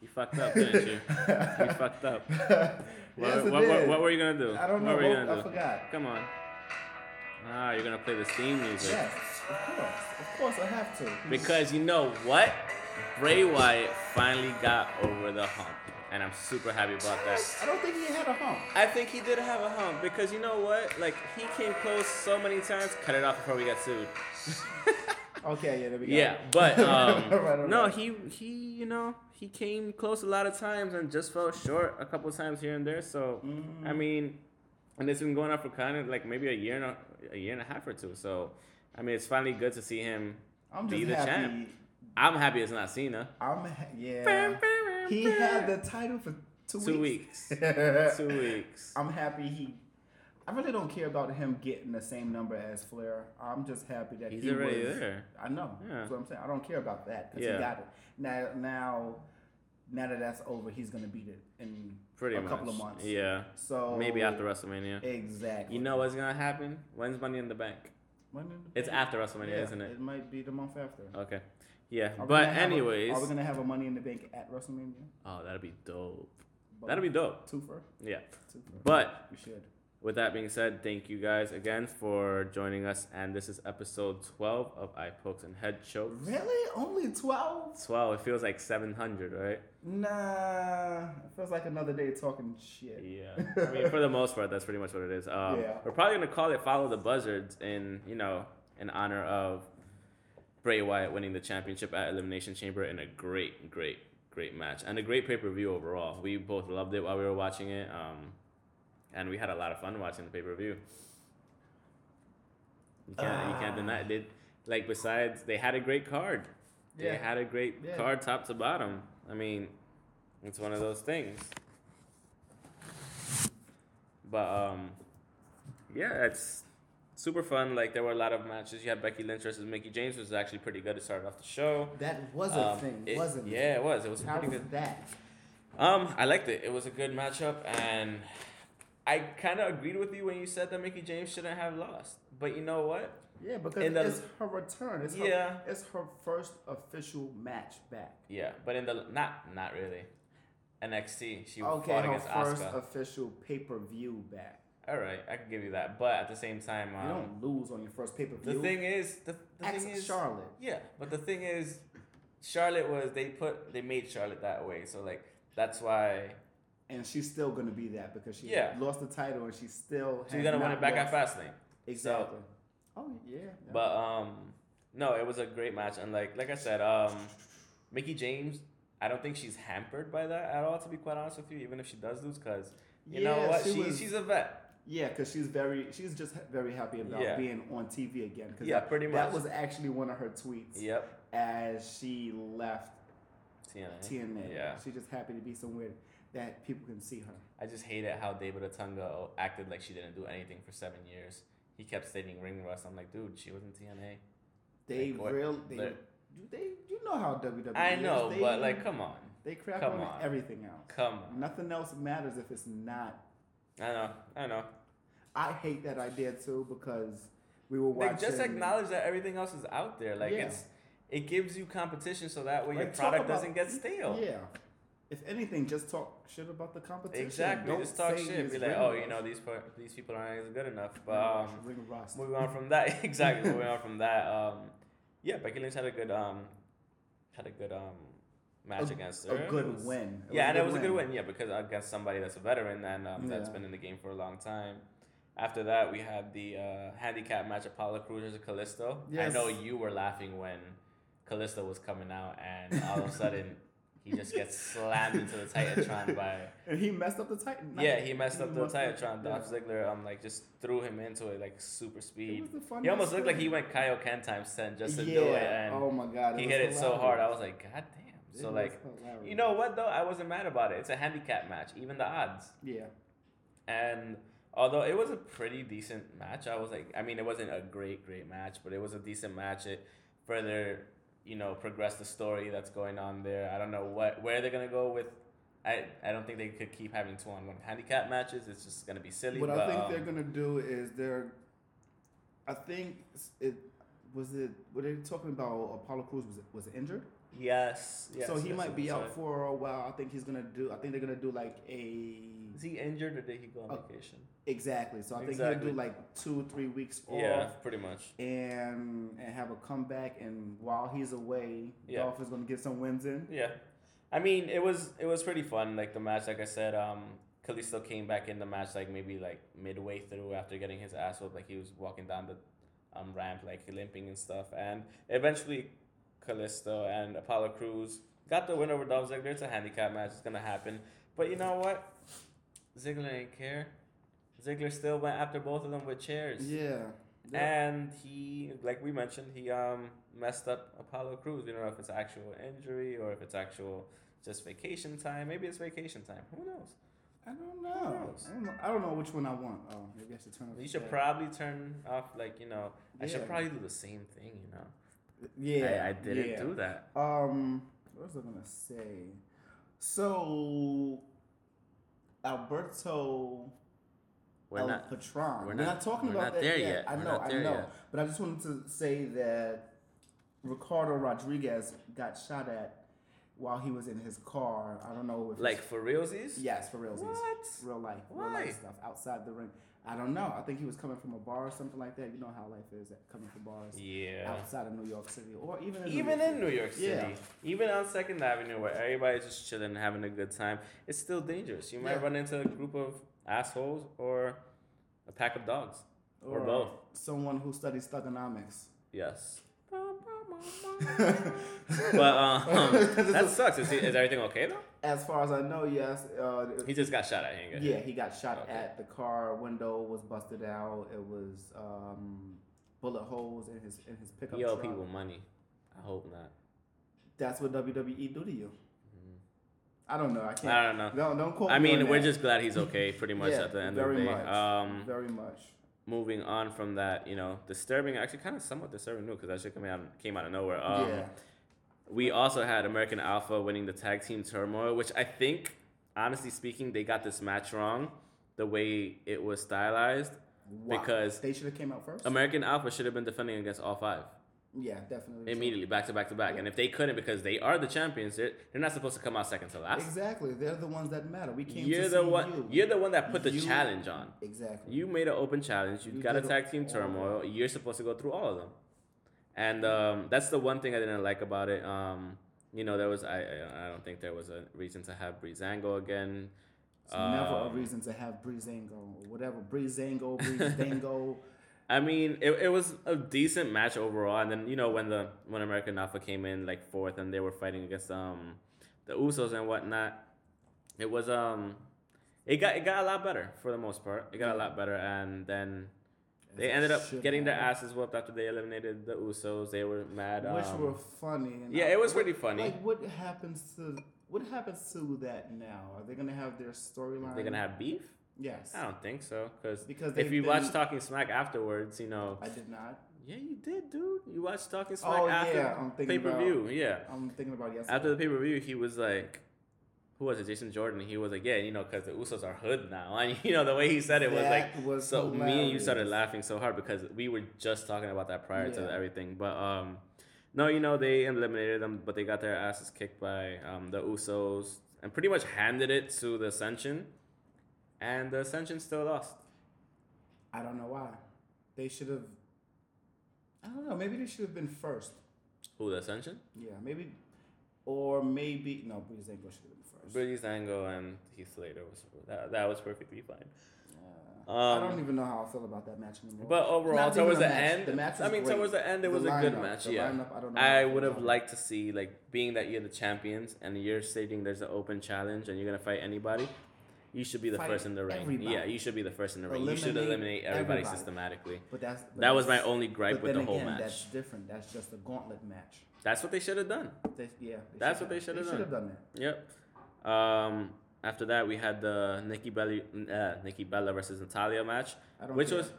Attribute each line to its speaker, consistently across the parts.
Speaker 1: You fucked up, didn't you? you fucked up. What,
Speaker 2: Yes, it
Speaker 1: what, what,
Speaker 2: did.
Speaker 1: what were you gonna do?
Speaker 2: I don't
Speaker 1: What
Speaker 2: know.
Speaker 1: were you
Speaker 2: What-
Speaker 1: gonna
Speaker 2: I
Speaker 1: do?
Speaker 2: forgot.
Speaker 1: Come on. Ah, you're gonna play the theme music.
Speaker 2: Yes, of course. Of course, I have to.
Speaker 1: Because you know what? Bray Wyatt finally got over the hump. And I'm super happy about that.
Speaker 2: I don't think he had a hump.
Speaker 1: I think he did have a hump because you know what? Like he came close so many times. Cut it off before we got sued.
Speaker 2: Okay, yeah, there we go.
Speaker 1: Yeah, but um,
Speaker 2: Right, right,
Speaker 1: no,
Speaker 2: right.
Speaker 1: he he, you know, he came close a lot of times and just fell short a couple times here and there. So I
Speaker 2: Mm.
Speaker 1: mean, and it's been going on for kind of like maybe a year and a, a year and a half or two. So I mean, it's finally good to see him
Speaker 2: I'm
Speaker 1: be
Speaker 2: just
Speaker 1: the
Speaker 2: happy.
Speaker 1: champ. I'm happy it's not Cena.
Speaker 2: I'm ha- yeah. He had the title for two,
Speaker 1: Two
Speaker 2: weeks.
Speaker 1: Two weeks.
Speaker 2: I'm happy he. I really don't care about him getting the same number as Flair. I'm just happy that
Speaker 1: He's
Speaker 2: he
Speaker 1: already
Speaker 2: was,
Speaker 1: there.
Speaker 2: I know.
Speaker 1: Yeah.
Speaker 2: That's what I'm saying. I don't care about that because
Speaker 1: Yeah.
Speaker 2: he got it. Now, now, now that that's over, he's gonna beat it in
Speaker 1: Pretty
Speaker 2: a
Speaker 1: much.
Speaker 2: couple of months. Oh.
Speaker 1: Yeah.
Speaker 2: So
Speaker 1: Maybe after WrestleMania.
Speaker 2: Exactly.
Speaker 1: You know what's gonna happen? When's Money in the Bank?
Speaker 2: When in the
Speaker 1: It's
Speaker 2: bank?
Speaker 1: after WrestleMania,
Speaker 2: Yeah,
Speaker 1: isn't it?
Speaker 2: It might be the month after.
Speaker 1: Okay. Yeah.
Speaker 2: Are we
Speaker 1: but
Speaker 2: gonna have a-
Speaker 1: anyways.
Speaker 2: are we gonna have a Money in the Bank at WrestleMania?
Speaker 1: Oh, that'd be dope.
Speaker 2: But
Speaker 1: That'd be dope.
Speaker 2: twofer.
Speaker 1: Yeah.
Speaker 2: Twofer.
Speaker 1: But
Speaker 2: we should.
Speaker 1: with that being said, thank you guys again for joining us. And this is episode 12 of Eye Pokes and Head Chokes.
Speaker 2: Really? Only twelve?
Speaker 1: 12, it feels like 700, right?
Speaker 2: Nah. It feels like another day talking shit.
Speaker 1: Yeah. I mean, for the most part, that's pretty much what it is. Um,
Speaker 2: Yeah.
Speaker 1: We're probably going to call it Follow the Buzzards in, you know, in honor of Bray Wyatt winning the championship at Elimination Chamber in a great, great, great match and a great pay per view overall. We both loved it while we were watching it. Um, and we had a lot of fun watching the pay per view. You can't, you can't deny it. They, like, besides, they had a great card. They
Speaker 2: Yeah.
Speaker 1: had a great
Speaker 2: Yeah.
Speaker 1: card top to bottom. I mean, it's one of those things. But um, yeah, it's super fun. Like there were a lot of matches. You had Becky Lynch versus Mickey James, which was actually pretty good. It started off the show.
Speaker 2: That was a
Speaker 1: Um,
Speaker 2: thing,
Speaker 1: it-
Speaker 2: wasn't it?
Speaker 1: Yeah, it was. It was
Speaker 2: How
Speaker 1: pretty
Speaker 2: was
Speaker 1: good.
Speaker 2: that?
Speaker 1: Um, I liked it. It was a good matchup, and I kind of agreed with you when you said that Mickey James shouldn't have lost. But you know what?
Speaker 2: Yeah, because
Speaker 1: In the-
Speaker 2: it's her return. It's her,
Speaker 1: Yeah.
Speaker 2: It's her first official match back.
Speaker 1: Yeah, but in the not not really. NXT, she
Speaker 2: Okay,
Speaker 1: fought
Speaker 2: her
Speaker 1: against
Speaker 2: first
Speaker 1: Asuka.
Speaker 2: official pay per view back.
Speaker 1: All right, I can give you that. But at the same time,
Speaker 2: You
Speaker 1: um,
Speaker 2: don't lose on your first pay per
Speaker 1: the
Speaker 2: view.
Speaker 1: thing is, the, the
Speaker 2: Ask
Speaker 1: thing is,
Speaker 2: Charlotte.
Speaker 1: Yeah, but the thing is, Charlotte was they put they made Charlotte that way, so like that's why
Speaker 2: and she's still gonna be that because she
Speaker 1: Yeah.
Speaker 2: lost the title and she still
Speaker 1: she's
Speaker 2: has
Speaker 1: gonna win
Speaker 2: not
Speaker 1: it back at
Speaker 2: lost.
Speaker 1: Fastlane.
Speaker 2: Exactly. oh yeah. yeah.
Speaker 1: But um, no, it was a great match, and like like I said, um, Mickey James, I don't think she's hampered by that at all. To be quite honest with you, even if she does lose, because you know
Speaker 2: Yeah,
Speaker 1: what,
Speaker 2: she
Speaker 1: she,
Speaker 2: was-
Speaker 1: she's a vet.
Speaker 2: yeah, because she's very she's just ha- very happy about
Speaker 1: Yeah.
Speaker 2: being on TV again. 'cause
Speaker 1: Yeah,
Speaker 2: that,
Speaker 1: pretty
Speaker 2: That
Speaker 1: much.
Speaker 2: was actually one of her tweets
Speaker 1: Yep.
Speaker 2: as she left
Speaker 1: TNA.
Speaker 2: TNA.
Speaker 1: Yeah.
Speaker 2: she's just happy to be somewhere that people can see her.
Speaker 1: I just hated how David Otunga acted like she didn't do anything for seven years. He kept stating ring rust. I'm like, dude, she was in TNA.
Speaker 2: They
Speaker 1: Like, what-
Speaker 2: real they,
Speaker 1: but-
Speaker 2: you- they you know how WWE.
Speaker 1: I
Speaker 2: is.
Speaker 1: know,
Speaker 2: They-
Speaker 1: but like, come on,
Speaker 2: they crap
Speaker 1: come
Speaker 2: on,
Speaker 1: on.
Speaker 2: everything else.
Speaker 1: come on.
Speaker 2: Nothing else matters if it's not
Speaker 1: I know, I know.
Speaker 2: I hate that idea too because we were watching.
Speaker 1: Like, just acknowledge that everything else is out there. Like,
Speaker 2: Yeah.
Speaker 1: it's it gives you competition, so that way your
Speaker 2: Like, talk
Speaker 1: product
Speaker 2: about-
Speaker 1: doesn't get stale.
Speaker 2: Yeah. If anything, just talk shit about the competition.
Speaker 1: Exactly.
Speaker 2: Don't
Speaker 1: just talk
Speaker 2: say
Speaker 1: shit.
Speaker 2: it's
Speaker 1: Be like,
Speaker 2: ring
Speaker 1: oh, you
Speaker 2: rust.
Speaker 1: know, these per- these people aren't as good enough. But
Speaker 2: No,
Speaker 1: um,
Speaker 2: it's ring rust.
Speaker 1: moving on from that, exactly. moving on from that, um, yeah, Becky Lynch had a good um, had a good um, match
Speaker 2: A-
Speaker 1: against her.
Speaker 2: A
Speaker 1: It
Speaker 2: good
Speaker 1: was-
Speaker 2: win.
Speaker 1: yeah, and it was a good win. Yeah, because against somebody that's a veteran and um, that's
Speaker 2: Yeah.
Speaker 1: been in the game for a long time. After that, we had the uh, handicap match of Paula Cruz versus Callisto. I know
Speaker 2: Yes.
Speaker 1: you were laughing when Callisto was coming out, and all of a sudden he just gets slammed into the Titantron by.
Speaker 2: And he messed up the Titan.
Speaker 1: Yeah, he messed up the
Speaker 2: messed
Speaker 1: Titantron.
Speaker 2: yeah.
Speaker 1: Dolph Ziggler um like just threw him into it like super
Speaker 2: It
Speaker 1: speed.
Speaker 2: was the
Speaker 1: He
Speaker 2: funniest
Speaker 1: almost looked like
Speaker 2: thing.
Speaker 1: he went Kaioken times ten just to
Speaker 2: yeah.
Speaker 1: do it, and
Speaker 2: oh my god.
Speaker 1: he
Speaker 2: was
Speaker 1: hit it so hard. I
Speaker 2: hilarious.
Speaker 1: was like, God damn!
Speaker 2: It
Speaker 1: So
Speaker 2: was
Speaker 1: like,
Speaker 2: hilarious.
Speaker 1: you know what though? I wasn't mad about it. It's a handicap match, even the odds.
Speaker 2: Yeah.
Speaker 1: And although it was a pretty decent match, I was like, I mean, it wasn't a great, great match, but it was a decent match. It further, you know, progressed the story that's going on there. I don't know what where they're gonna go with. I, I don't think they could keep having two on one handicap matches. It's just gonna be silly.
Speaker 2: What
Speaker 1: but,
Speaker 2: I think
Speaker 1: um,
Speaker 2: they're gonna do is they're. I think it's- it was it? Were they talking about Apollo Cruz was was injured?
Speaker 1: Yes. yes
Speaker 2: so he
Speaker 1: yes,
Speaker 2: might be
Speaker 1: yes,
Speaker 2: out
Speaker 1: sorry.
Speaker 2: for a while. I think he's gonna do. I think they're gonna do like a
Speaker 1: Is he injured or did he go on
Speaker 2: Oh.
Speaker 1: vacation?
Speaker 2: exactly. So I think
Speaker 1: Exactly.
Speaker 2: he'll do like two, three weeks off,
Speaker 1: Yeah, pretty much.
Speaker 2: and and have a comeback. And while he's away,
Speaker 1: Yeah.
Speaker 2: Dolphins gonna get some wins in.
Speaker 1: Yeah, I mean it was it was pretty fun. Like the match, like I said, um, Kalisto came back in the match like maybe like midway through after getting his ass whooped. Like he was walking down the um, ramp like limping and stuff, and eventually Kalisto and Apollo Cruz got the win over Dolph Ziggler. It's a handicap match. It's gonna happen. But you know what? Ziggler didn't care. Ziggler still went after both of them with chairs.
Speaker 2: Yeah. Yeah.
Speaker 1: And he, like we mentioned, he um messed up Apollo Cruz. We don't know if it's actual injury or if it's actual just vacation time. Maybe it's vacation time. Who knows?
Speaker 2: I don't know. I don't know. I don't know which one I want. Oh, maybe I should turn. off
Speaker 1: You
Speaker 2: the
Speaker 1: should
Speaker 2: tab.
Speaker 1: probably turn off, like you know. I should
Speaker 2: Yeah.
Speaker 1: probably do the same thing, you know.
Speaker 2: Yeah,
Speaker 1: I, I didn't
Speaker 2: yeah.
Speaker 1: do that.
Speaker 2: Um, what was I gonna say? So, Alberto
Speaker 1: We're
Speaker 2: El
Speaker 1: not.
Speaker 2: Patron.
Speaker 1: we're
Speaker 2: We're not,
Speaker 1: not-
Speaker 2: talking
Speaker 1: we're
Speaker 2: about
Speaker 1: not
Speaker 2: that
Speaker 1: there
Speaker 2: yet.
Speaker 1: yet.
Speaker 2: I
Speaker 1: We're
Speaker 2: know,
Speaker 1: not
Speaker 2: I
Speaker 1: there
Speaker 2: know.
Speaker 1: yet.
Speaker 2: But I just wanted to say that Ricardo Rodriguez got shot at while he was in his car. I don't know if
Speaker 1: Like for realsies.
Speaker 2: it's, yes, for real,
Speaker 1: What?
Speaker 2: real life, real
Speaker 1: Why?
Speaker 2: life stuff outside the ring. I don't know. I think he was coming from a bar or something like that. You know how life is coming from bars
Speaker 1: Yeah.
Speaker 2: outside of New York City or even in
Speaker 1: Even
Speaker 2: New York
Speaker 1: in New York City,
Speaker 2: Yeah.
Speaker 1: even on Second Avenue, where everybody's just chilling and having a good time, it's still dangerous. You might
Speaker 2: Yeah.
Speaker 1: run into a group of assholes or a pack of dogs. or both.
Speaker 2: Someone who studies thugonomics.
Speaker 1: Yes. But um, that sucks. Is, he, is everything okay though?
Speaker 2: As far as I know, yes. Uh,
Speaker 1: He just got shot at. He ain't got
Speaker 2: yeah,
Speaker 1: hit.
Speaker 2: he got shot
Speaker 1: Okay.
Speaker 2: at. The car window was busted out. It was um, bullet holes in his in his pickup
Speaker 1: He owe
Speaker 2: truck.
Speaker 1: people money. I hope not.
Speaker 2: That's what WWE do to you. I don't know. I can't.
Speaker 1: Mm-hmm. I don't know.
Speaker 2: No, don't quote.
Speaker 1: I
Speaker 2: me
Speaker 1: mean,
Speaker 2: on
Speaker 1: we're
Speaker 2: that.
Speaker 1: just glad he's okay, pretty much
Speaker 2: Yeah,
Speaker 1: at the end
Speaker 2: very
Speaker 1: of the day.
Speaker 2: much.
Speaker 1: Um,
Speaker 2: very much.
Speaker 1: moving on from that, you know, disturbing, actually, kind of somewhat disturbing news because that shit came out came out of nowhere. Um,
Speaker 2: yeah,
Speaker 1: We also had American Alpha winning the tag team turmoil, which I think, honestly speaking, they got this match wrong, the way it was stylized.
Speaker 2: Wow.
Speaker 1: because-
Speaker 2: they should have came out first.
Speaker 1: American Alpha should have been defending against all five
Speaker 2: yeah, definitely.
Speaker 1: immediately, back to back to back. And if they couldn't, because they are the champions, they're, they're not supposed to come out second to last.
Speaker 2: Exactly. They're the ones that matter. We came
Speaker 1: You're
Speaker 2: to
Speaker 1: the
Speaker 2: see
Speaker 1: one.
Speaker 2: you.
Speaker 1: You're the one that put the
Speaker 2: You-
Speaker 1: challenge on.
Speaker 2: exactly.
Speaker 1: You made an open challenge. You,
Speaker 2: You
Speaker 1: got a
Speaker 2: did
Speaker 1: tag team
Speaker 2: all
Speaker 1: turmoil. You're supposed to go through all of them, and um, that's the one thing I didn't like about it. Um, you know, there was I I- I don't think there was a reason to have Breezango again.
Speaker 2: It's never a
Speaker 1: Um,
Speaker 2: reason to have Breezango or whatever. Breezango, Breezango.
Speaker 1: I mean, it, it was a decent match overall, and then you know when the when American Alpha came in like fourth, and they were fighting against um the Usos and whatnot. It was um, it got it got a lot better for the most part. It got a lot better, and then they ended up
Speaker 2: Should
Speaker 1: getting their
Speaker 2: happen.
Speaker 1: asses whooped after they eliminated the Usos. They were mad.
Speaker 2: which
Speaker 1: um,
Speaker 2: were funny. And
Speaker 1: yeah,
Speaker 2: I-
Speaker 1: it was
Speaker 2: what-
Speaker 1: pretty funny.
Speaker 2: Like, what happens to what happens to that now? Are they gonna have their storyline?
Speaker 1: They're gonna have beef?
Speaker 2: yes.
Speaker 1: I don't think so, cause
Speaker 2: Because
Speaker 1: if
Speaker 2: they've
Speaker 1: you watch
Speaker 2: been-
Speaker 1: Talking Smack afterwards, you know.
Speaker 2: I did not.
Speaker 1: Yeah, you did, dude. You watched Talking Smack
Speaker 2: Oh,
Speaker 1: after
Speaker 2: yeah, I'm
Speaker 1: pay
Speaker 2: thinking
Speaker 1: per view. Yeah.
Speaker 2: I'm thinking about yesterday.
Speaker 1: After the pay per view, he was like, "Who was it?" Jason Jordan. He was like, "Yeah, you know, because the Usos are hood now." And you know the way he said it was
Speaker 2: That
Speaker 1: like,
Speaker 2: was
Speaker 1: so me and you started
Speaker 2: hilarious.
Speaker 1: laughing so hard because we were just talking about that prior to
Speaker 2: Yeah.
Speaker 1: everything. But um, no, you know they eliminated them, but they got their asses kicked by um the Usos and pretty much handed it to the Ascension, and the Ascension still lost.
Speaker 2: I don't know why. They should have. I don't know. Maybe they should have been first.
Speaker 1: Who the Ascension?
Speaker 2: Yeah, maybe, or maybe no. Breezango should have been first.
Speaker 1: Brady Zango and Heath Slater was that, that was perfectly fine.
Speaker 2: Yeah.
Speaker 1: Um,
Speaker 2: I don't even know how I feel about that match anymore.
Speaker 1: But overall,
Speaker 2: Not even
Speaker 1: towards
Speaker 2: a
Speaker 1: the
Speaker 2: match.
Speaker 1: end,
Speaker 2: The match
Speaker 1: I
Speaker 2: is
Speaker 1: mean,
Speaker 2: great.
Speaker 1: towards the end, it
Speaker 2: The
Speaker 1: was a good
Speaker 2: lineup-
Speaker 1: match.
Speaker 2: the
Speaker 1: yeah,
Speaker 2: lineup, I don't know
Speaker 1: I
Speaker 2: how
Speaker 1: would
Speaker 2: they
Speaker 1: have
Speaker 2: done.
Speaker 1: liked to see like being that you're the champions and you're stating there's an open challenge and you're gonna fight anybody. You should be the
Speaker 2: Fight
Speaker 1: first in the ring.
Speaker 2: everybody.
Speaker 1: Yeah, you should be the first in the ring. you should
Speaker 2: Eliminate
Speaker 1: eliminate everybody,
Speaker 2: everybody.
Speaker 1: systematically.
Speaker 2: But that's but
Speaker 1: That was my
Speaker 2: that's-
Speaker 1: only gripe
Speaker 2: but
Speaker 1: with the
Speaker 2: then
Speaker 1: whole
Speaker 2: again,
Speaker 1: match.
Speaker 2: That's
Speaker 1: That's,
Speaker 2: different. That's just a gauntlet match.
Speaker 1: what they should have done.
Speaker 2: They, yeah, they
Speaker 1: That's
Speaker 2: should've-
Speaker 1: what they should've
Speaker 2: They
Speaker 1: done.
Speaker 2: should have done that.
Speaker 1: Yep. Um, after that, we had the Nikki Bella, uh, Nikki Bella versus Natalia match,
Speaker 2: I don't
Speaker 1: which
Speaker 2: care.
Speaker 1: was,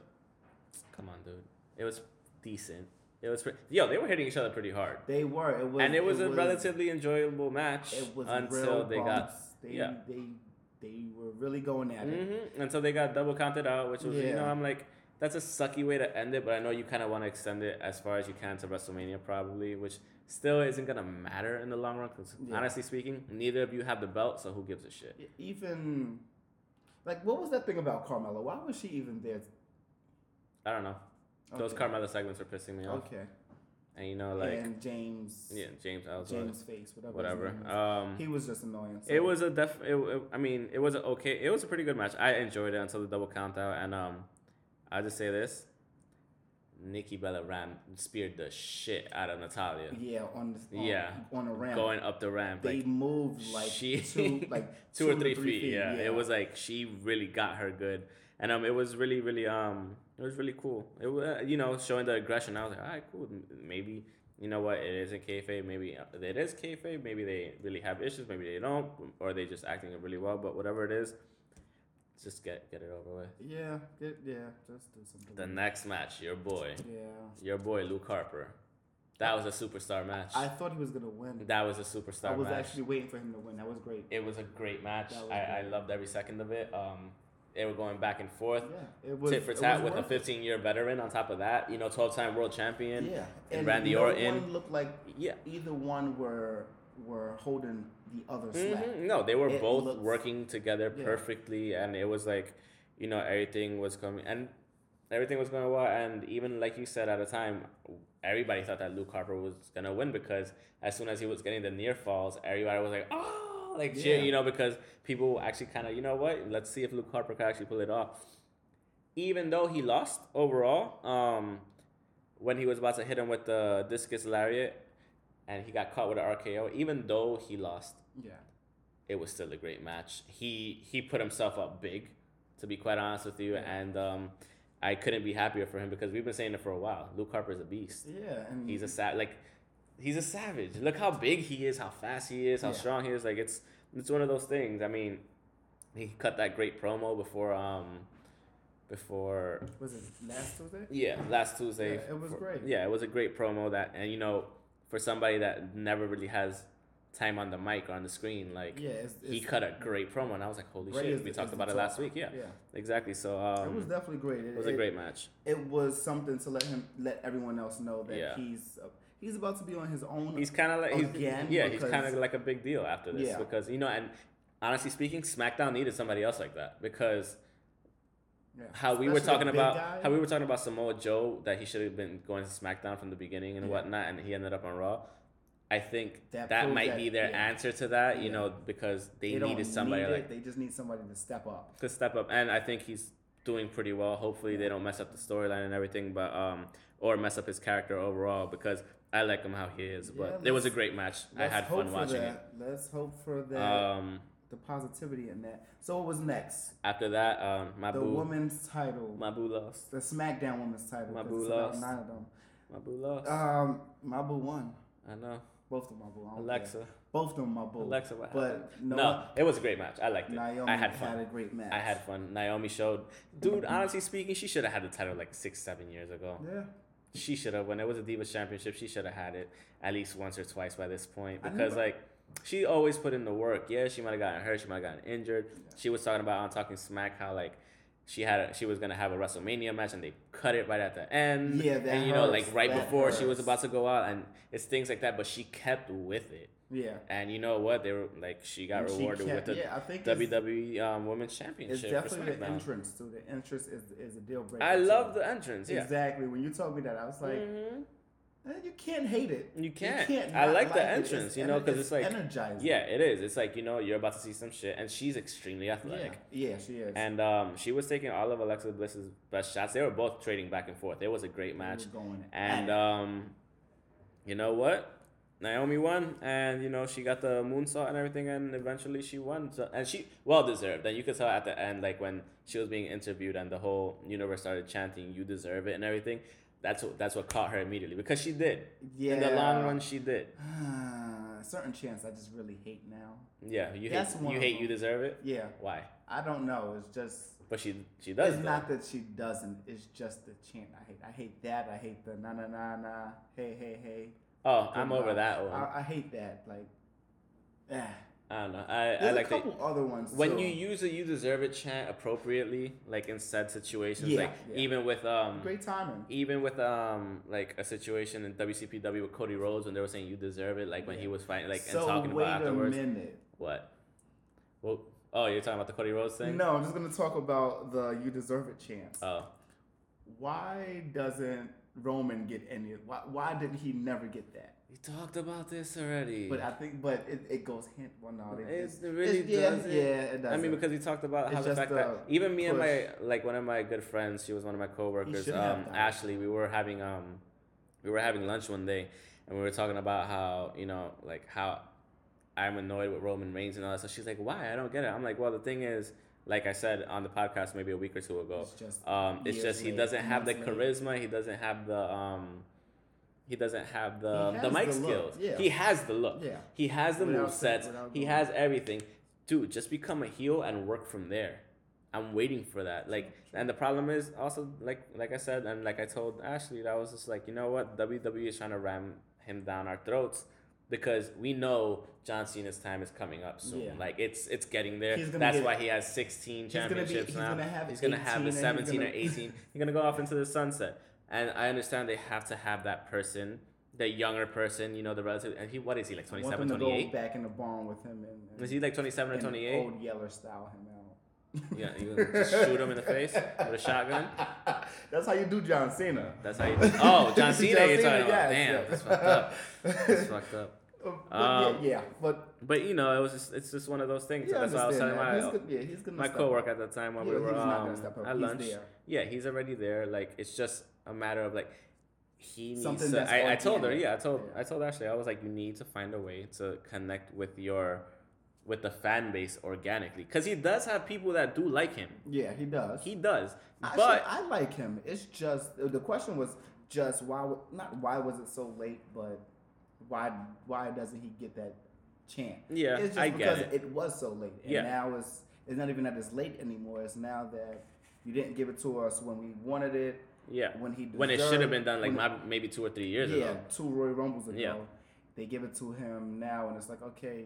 Speaker 1: come on, dude, it was decent. It was pretty. Yo, they were hitting each other pretty hard.
Speaker 2: They were. It was.
Speaker 1: and it was a relatively enjoyable match
Speaker 2: It was
Speaker 1: until
Speaker 2: real
Speaker 1: they got
Speaker 2: bumps. They,
Speaker 1: yeah.
Speaker 2: they they were really going at it.
Speaker 1: Mm-hmm. hmm until they got double counted out, which was you
Speaker 2: Yeah.
Speaker 1: know I'm like that's a sucky way to end it, but I know you kind of want to extend it as far as you can to WrestleMania, probably, which still isn't gonna matter in the long run. Because
Speaker 2: Yeah.
Speaker 1: honestly speaking, neither of you have the belt, so who gives a shit?
Speaker 2: E, Even like what was that thing about Carmelo? Why was she even there?
Speaker 1: I don't know. Those
Speaker 2: Okay.
Speaker 1: Carmella segments are pissing me off,
Speaker 2: Okay.
Speaker 1: and you know, like
Speaker 2: and James.
Speaker 1: yeah, James Ellsworth,
Speaker 2: James face whatever. his
Speaker 1: whatever.
Speaker 2: name is.
Speaker 1: Um,
Speaker 2: he was just annoying. so-
Speaker 1: It was a def. It, it, I mean, it was a okay. It was a pretty good match. I enjoyed it until the double count out, and um, I just say this: Nikki Bella ran speared the shit out of Natalia
Speaker 2: Yeah, on the on,
Speaker 1: Yeah.
Speaker 2: on the ramp.
Speaker 1: going up the ramp.
Speaker 2: they
Speaker 1: like
Speaker 2: moved like
Speaker 1: she-
Speaker 2: two like
Speaker 1: two, or three, feet. Yeah. it was like she really got her good, and um, it was really, really um, it was really cool. It was you know showing the aggression. I was like, all right, cool. M- Maybe you know what it isn't kayfabe. Maybe uh, it is kayfabe. Maybe they really have issues. Maybe they don't, or they just acting it really well. But whatever it is, just get get it over with.
Speaker 2: yeah, good, yeah. Just do something.
Speaker 1: The next match, your boy,
Speaker 2: yeah,
Speaker 1: your boy Luke Harper. That was a superstar match.
Speaker 2: I thought he was gonna win.
Speaker 1: that was a
Speaker 2: I
Speaker 1: superstar
Speaker 2: was
Speaker 1: match.
Speaker 2: actually waiting for him to win. That was great.
Speaker 1: It was a great match.
Speaker 2: That was
Speaker 1: I, I
Speaker 2: great.
Speaker 1: loved every second of it. Um, they were going back and forth,
Speaker 2: Yeah, it was
Speaker 1: tit for
Speaker 2: it
Speaker 1: tat,
Speaker 2: was
Speaker 1: with a
Speaker 2: worth it.
Speaker 1: 15 year veteran on top of that. You know, 12 time world champion.
Speaker 2: Yeah,
Speaker 1: Randy
Speaker 2: no
Speaker 1: Orton.
Speaker 2: one looked like
Speaker 1: Yeah.
Speaker 2: either one were were holding the other slack.
Speaker 1: Mhm. No, they were
Speaker 2: It
Speaker 1: both
Speaker 2: looks-
Speaker 1: working together
Speaker 2: Yeah.
Speaker 1: perfectly, and it was like, you know, everything was coming and everything was going well. And even like you said at a time, everybody thought that Luke Harper was gonna win because as soon as he was getting the near falls, everybody was like, oh, like cheer,
Speaker 2: Yeah.
Speaker 1: you know, because people actually kind of, you know what, let's see if Luke Harper can actually pull it off. Even though he lost overall, um, when he was about to hit him with the discus lariat. And he got caught with an RKO, even though he lost
Speaker 2: Yeah,
Speaker 1: it was still a great match. He he put himself up big, to be quite honest with you, and um, I couldn't be happier for him because we've been saying it for a while. Luke Harper's a beast.
Speaker 2: yeah, and
Speaker 1: He's a sad like, he's a savage. Look how big he is, how fast he is, how
Speaker 2: Yeah.
Speaker 1: strong he is. Like it's it's one of those things. I mean, he cut that great promo before um, before
Speaker 2: was it last Tuesday?
Speaker 1: yeah, last Tuesday.
Speaker 2: Yeah, it was
Speaker 1: for-
Speaker 2: great.
Speaker 1: Yeah, it was a great promo that, and you know, for somebody that never really has time on the mic or on the screen, like
Speaker 2: Yeah, it's,
Speaker 1: he
Speaker 2: it's-
Speaker 1: cut a great promo, and I was like, "Holy
Speaker 2: Bray
Speaker 1: shit!"
Speaker 2: is
Speaker 1: We
Speaker 2: the-
Speaker 1: talked
Speaker 2: is the
Speaker 1: about it
Speaker 2: top.
Speaker 1: last week. Yeah,
Speaker 2: Yeah,
Speaker 1: exactly. So um,
Speaker 2: it was definitely great. It,
Speaker 1: a
Speaker 2: it-
Speaker 1: great match.
Speaker 2: It was something to let him let everyone else know that
Speaker 1: Yeah.
Speaker 2: he's uh, he's about to be on his own.
Speaker 1: He's kind of like he's,
Speaker 2: Again,
Speaker 1: yeah, he's
Speaker 2: because-
Speaker 1: kind of like a big deal after this
Speaker 2: Yeah.
Speaker 1: because you know, and honestly speaking, SmackDown needed somebody else like that because
Speaker 2: yeah.
Speaker 1: how we were
Speaker 2: Especially a
Speaker 1: talking
Speaker 2: big
Speaker 1: about
Speaker 2: guy.
Speaker 1: how we were talking about Samoa Joe that he should have been going to SmackDown from the beginning and
Speaker 2: Yeah.
Speaker 1: whatnot, and he ended up on Raw. I think that,
Speaker 2: That proves
Speaker 1: might
Speaker 2: that-
Speaker 1: be their
Speaker 2: yeah.
Speaker 1: answer to that, you
Speaker 2: Yeah.
Speaker 1: know, because they,
Speaker 2: They don't
Speaker 1: needed somebody
Speaker 2: need
Speaker 1: like
Speaker 2: it, they just need somebody to step up.
Speaker 1: to step up, and I think he's doing pretty well. Hopefully, they don't mess up the storyline and everything, but um, or mess up his character overall because I like him how he is. But
Speaker 2: Yeah,
Speaker 1: it was a
Speaker 2: let's-
Speaker 1: great match. I
Speaker 2: Let's
Speaker 1: had
Speaker 2: hope
Speaker 1: fun
Speaker 2: for
Speaker 1: watching
Speaker 2: that. Let's hope for
Speaker 1: it.
Speaker 2: that
Speaker 1: Um,
Speaker 2: the positivity in that. So what was next?
Speaker 1: after that, um, my
Speaker 2: The
Speaker 1: boo,
Speaker 2: women's title,
Speaker 1: my boo lost,
Speaker 2: the SmackDown women's title.
Speaker 1: My
Speaker 2: 'cause
Speaker 1: boo
Speaker 2: it's about
Speaker 1: lost.
Speaker 2: Nine of them.
Speaker 1: my boo lost.
Speaker 2: Um, my boo won.
Speaker 1: I know,
Speaker 2: Both of my boo. I don't care.
Speaker 1: Alexa,
Speaker 2: Both of them my boo.
Speaker 1: Alexa, what happened?
Speaker 2: But no,
Speaker 1: No, it was a great match. I liked it.
Speaker 2: Naomi
Speaker 1: I had
Speaker 2: had,
Speaker 1: fun.
Speaker 2: a great match.
Speaker 1: I had fun. Naomi showed, dude. Honestly speaking, she should have had the title like six, seven years ago.
Speaker 2: Yeah,
Speaker 1: She should have. When it was a Divas Championship, she should have had it at least once or twice by this point.
Speaker 2: I knew
Speaker 1: Because
Speaker 2: it.
Speaker 1: like, she always put in the work. Yeah, she might have gotten hurt. She might have gotten injured. She was talking about on Talking Smack how like she had a, she was gonna have a WrestleMania match and they cut it right at the end.
Speaker 2: Yeah, that
Speaker 1: and you know like
Speaker 2: hurts.
Speaker 1: right
Speaker 2: That
Speaker 1: before she was
Speaker 2: hurts.
Speaker 1: about to go out and it's things like that. But she kept with it.
Speaker 2: yeah.
Speaker 1: And you know what? They were like she got
Speaker 2: And she
Speaker 1: rewarded
Speaker 2: kept-
Speaker 1: with the
Speaker 2: yeah, I think it's-
Speaker 1: WWE um, Women's
Speaker 2: It's
Speaker 1: Championship. for
Speaker 2: definitely the
Speaker 1: SmackDown.
Speaker 2: entrance too. The entrance is is a deal breaker.
Speaker 1: I
Speaker 2: too.
Speaker 1: love the entrance. Yeah.
Speaker 2: Exactly. When you told me that, I was like,
Speaker 1: Mhm.
Speaker 2: eh, you can't hate it.
Speaker 1: You can't. I
Speaker 2: not
Speaker 1: like the
Speaker 2: it. It's
Speaker 1: entrance, you know,
Speaker 2: ener-
Speaker 1: 'cause it's like-
Speaker 2: energizing.
Speaker 1: Yeah, it is. It's like you know you're about to see some shit, and she's extremely
Speaker 2: yeah,
Speaker 1: athletic.
Speaker 2: yeah. She is.
Speaker 1: And um, she was taking all of Alexa Bliss's best shots. They were both trading back and forth. It was a great
Speaker 2: We were
Speaker 1: match.
Speaker 2: going
Speaker 1: And
Speaker 2: at it.
Speaker 1: um, you know what? Naomi won, and you know she got the moonsault and everything, and eventually she won. So, and she well deserved. And you could tell at the end, like when she was being interviewed, and the whole universe started chanting "You deserve it" and everything. That's what that's what caught her immediately because she did.
Speaker 2: yeah,
Speaker 1: In the long run, she did.
Speaker 2: certain chants I just really hate now.
Speaker 1: Yeah, you hate
Speaker 2: That's one
Speaker 1: you
Speaker 2: of
Speaker 1: hate
Speaker 2: them.
Speaker 1: you deserve it.
Speaker 2: Yeah,
Speaker 1: Why?
Speaker 2: I don't know. It's just.
Speaker 1: But she she does.
Speaker 2: it's
Speaker 1: though.
Speaker 2: not that she doesn't. It's just the chant I hate. I hate that. I hate the na na na na. Hey hey hey.
Speaker 1: oh, I'm
Speaker 2: Good Uh,
Speaker 1: over
Speaker 2: God.
Speaker 1: that one.
Speaker 2: I, I hate that. Like, ah,
Speaker 1: I don't know. I, I
Speaker 2: There's
Speaker 1: like
Speaker 2: a
Speaker 1: to-
Speaker 2: couple other ones.
Speaker 1: when
Speaker 2: too.
Speaker 1: you use it, you deserve it chant appropriately, like in said situations,
Speaker 2: Yeah,
Speaker 1: like
Speaker 2: yeah.
Speaker 1: even with um,
Speaker 2: great timing.
Speaker 1: even with um, like a situation in WCPW with Cody Rhodes when they were saying you deserve it, like when he
Speaker 2: Yeah.
Speaker 1: was fighting, like
Speaker 2: so
Speaker 1: and talking
Speaker 2: wait
Speaker 1: about
Speaker 2: a
Speaker 1: afterwards.
Speaker 2: minute.
Speaker 1: What? Well, oh, you're talking about the Cody Rhodes thing.
Speaker 2: No, I'm just gonna talk about the "You Deserve It" chance.
Speaker 1: Oh,
Speaker 2: why doesn't Roman get any? Why, why did he never get that?
Speaker 1: we talked about this already.
Speaker 2: But I think, but it, it goes hint. Well, no,
Speaker 1: It
Speaker 2: they-
Speaker 1: really
Speaker 2: it's- yeah,
Speaker 1: doesn't.
Speaker 2: Yeah, it does.
Speaker 1: I mean, because we talked about how
Speaker 2: It's
Speaker 1: the
Speaker 2: just
Speaker 1: fact that
Speaker 2: a
Speaker 1: even me and my
Speaker 2: push.
Speaker 1: like one of my good friends, she was one of my coworkers,
Speaker 2: shouldn't have
Speaker 1: um,
Speaker 2: done it.
Speaker 1: Ashley. We were having um, we were having lunch one day, and we were talking about how you know like how I'm annoyed with Roman Reigns and all that. So she's like, "Why? I don't get it." I'm like, "Well, the thing is." Like I said on the podcast maybe a week or two ago,
Speaker 2: It's just
Speaker 1: um, it's
Speaker 2: years
Speaker 1: just he
Speaker 2: late,
Speaker 1: doesn't have the
Speaker 2: months late.
Speaker 1: charisma. He doesn't have the um, he doesn't have the
Speaker 2: He
Speaker 1: the
Speaker 2: has
Speaker 1: mic
Speaker 2: the look,
Speaker 1: skills.
Speaker 2: yeah.
Speaker 1: He has the look.
Speaker 2: Yeah.
Speaker 1: He has the
Speaker 2: Without
Speaker 1: move
Speaker 2: the-
Speaker 1: sets.
Speaker 2: without
Speaker 1: He
Speaker 2: the
Speaker 1: has everything. Dude, just become a heel and work from there. I'm waiting for that. Like, and the problem is also like like I said and like I told Ashley, that I was just like, you know what? WWE is trying to ram him down our throats because we know John Cena's time is coming up soon.
Speaker 2: Yeah.
Speaker 1: Like it's it's getting there.
Speaker 2: He's gonna
Speaker 1: That's
Speaker 2: get-
Speaker 1: why he has
Speaker 2: gonna
Speaker 1: 16
Speaker 2: be-
Speaker 1: championships
Speaker 2: he's
Speaker 1: now.
Speaker 2: gonna have
Speaker 1: he's gonna have the
Speaker 2: 18 and he's
Speaker 1: 17 or
Speaker 2: gonna-
Speaker 1: 18. He's gonna go off into the sunset. And I understand they have to have that person, the younger person, you know, the relative. And he, what is he like?
Speaker 2: I want them
Speaker 1: 27,
Speaker 2: to go
Speaker 1: 28?
Speaker 2: back in the barn with him and, and
Speaker 1: Is he like 27 or
Speaker 2: and
Speaker 1: 28?
Speaker 2: Old Yeller style him out.
Speaker 1: Yeah, you just shoot him in the face with a shotgun.
Speaker 2: That's how you do John Cena.
Speaker 1: That's how you. Oh, John Cena, you're talking about.
Speaker 2: yes,
Speaker 1: Damn,
Speaker 2: yeah.
Speaker 1: that's fucked up. That's fucked up.
Speaker 2: But
Speaker 1: Um,
Speaker 2: yeah, yeah, but
Speaker 1: But you know, it was just, it's just one of those things.
Speaker 2: you
Speaker 1: that's what I was
Speaker 2: understand
Speaker 1: telling
Speaker 2: that. he's
Speaker 1: my
Speaker 2: gonna, yeah, he's gonna
Speaker 1: my
Speaker 2: step
Speaker 1: coworker
Speaker 2: up.
Speaker 1: at the time when
Speaker 2: Yeah,
Speaker 1: we were
Speaker 2: he's not gonna
Speaker 1: um,
Speaker 2: step up.
Speaker 1: at
Speaker 2: He's
Speaker 1: lunch.
Speaker 2: there.
Speaker 1: Yeah, he's already there. Like it's just a matter of like he needs
Speaker 2: Something
Speaker 1: to.
Speaker 2: that's
Speaker 1: I, I told her.
Speaker 2: organic.
Speaker 1: Yeah, I told
Speaker 2: Yeah.
Speaker 1: I told Ashley. I was like, you need to find a way to connect with your with the fan base organically because he does have people that do like him.
Speaker 2: Yeah, he does.
Speaker 1: He does,
Speaker 2: Actually,
Speaker 1: but
Speaker 2: I like him. It's just the question was just why w- not why was it so late, but why why doesn't he get that chance?
Speaker 1: Yeah,
Speaker 2: it's just
Speaker 1: I get
Speaker 2: because
Speaker 1: it.
Speaker 2: was so late, and
Speaker 1: Yeah.
Speaker 2: now it's it's not even that it's late anymore. It's now that you didn't give it to us when we wanted it.
Speaker 1: yeah,
Speaker 2: when he
Speaker 1: when it should have
Speaker 2: deserved-
Speaker 1: been done like
Speaker 2: when-
Speaker 1: my, maybe two or three years
Speaker 2: yeah,
Speaker 1: ago.
Speaker 2: two Roy Rumbles ago.
Speaker 1: Yeah.
Speaker 2: They give it to him now, and it's like, okay,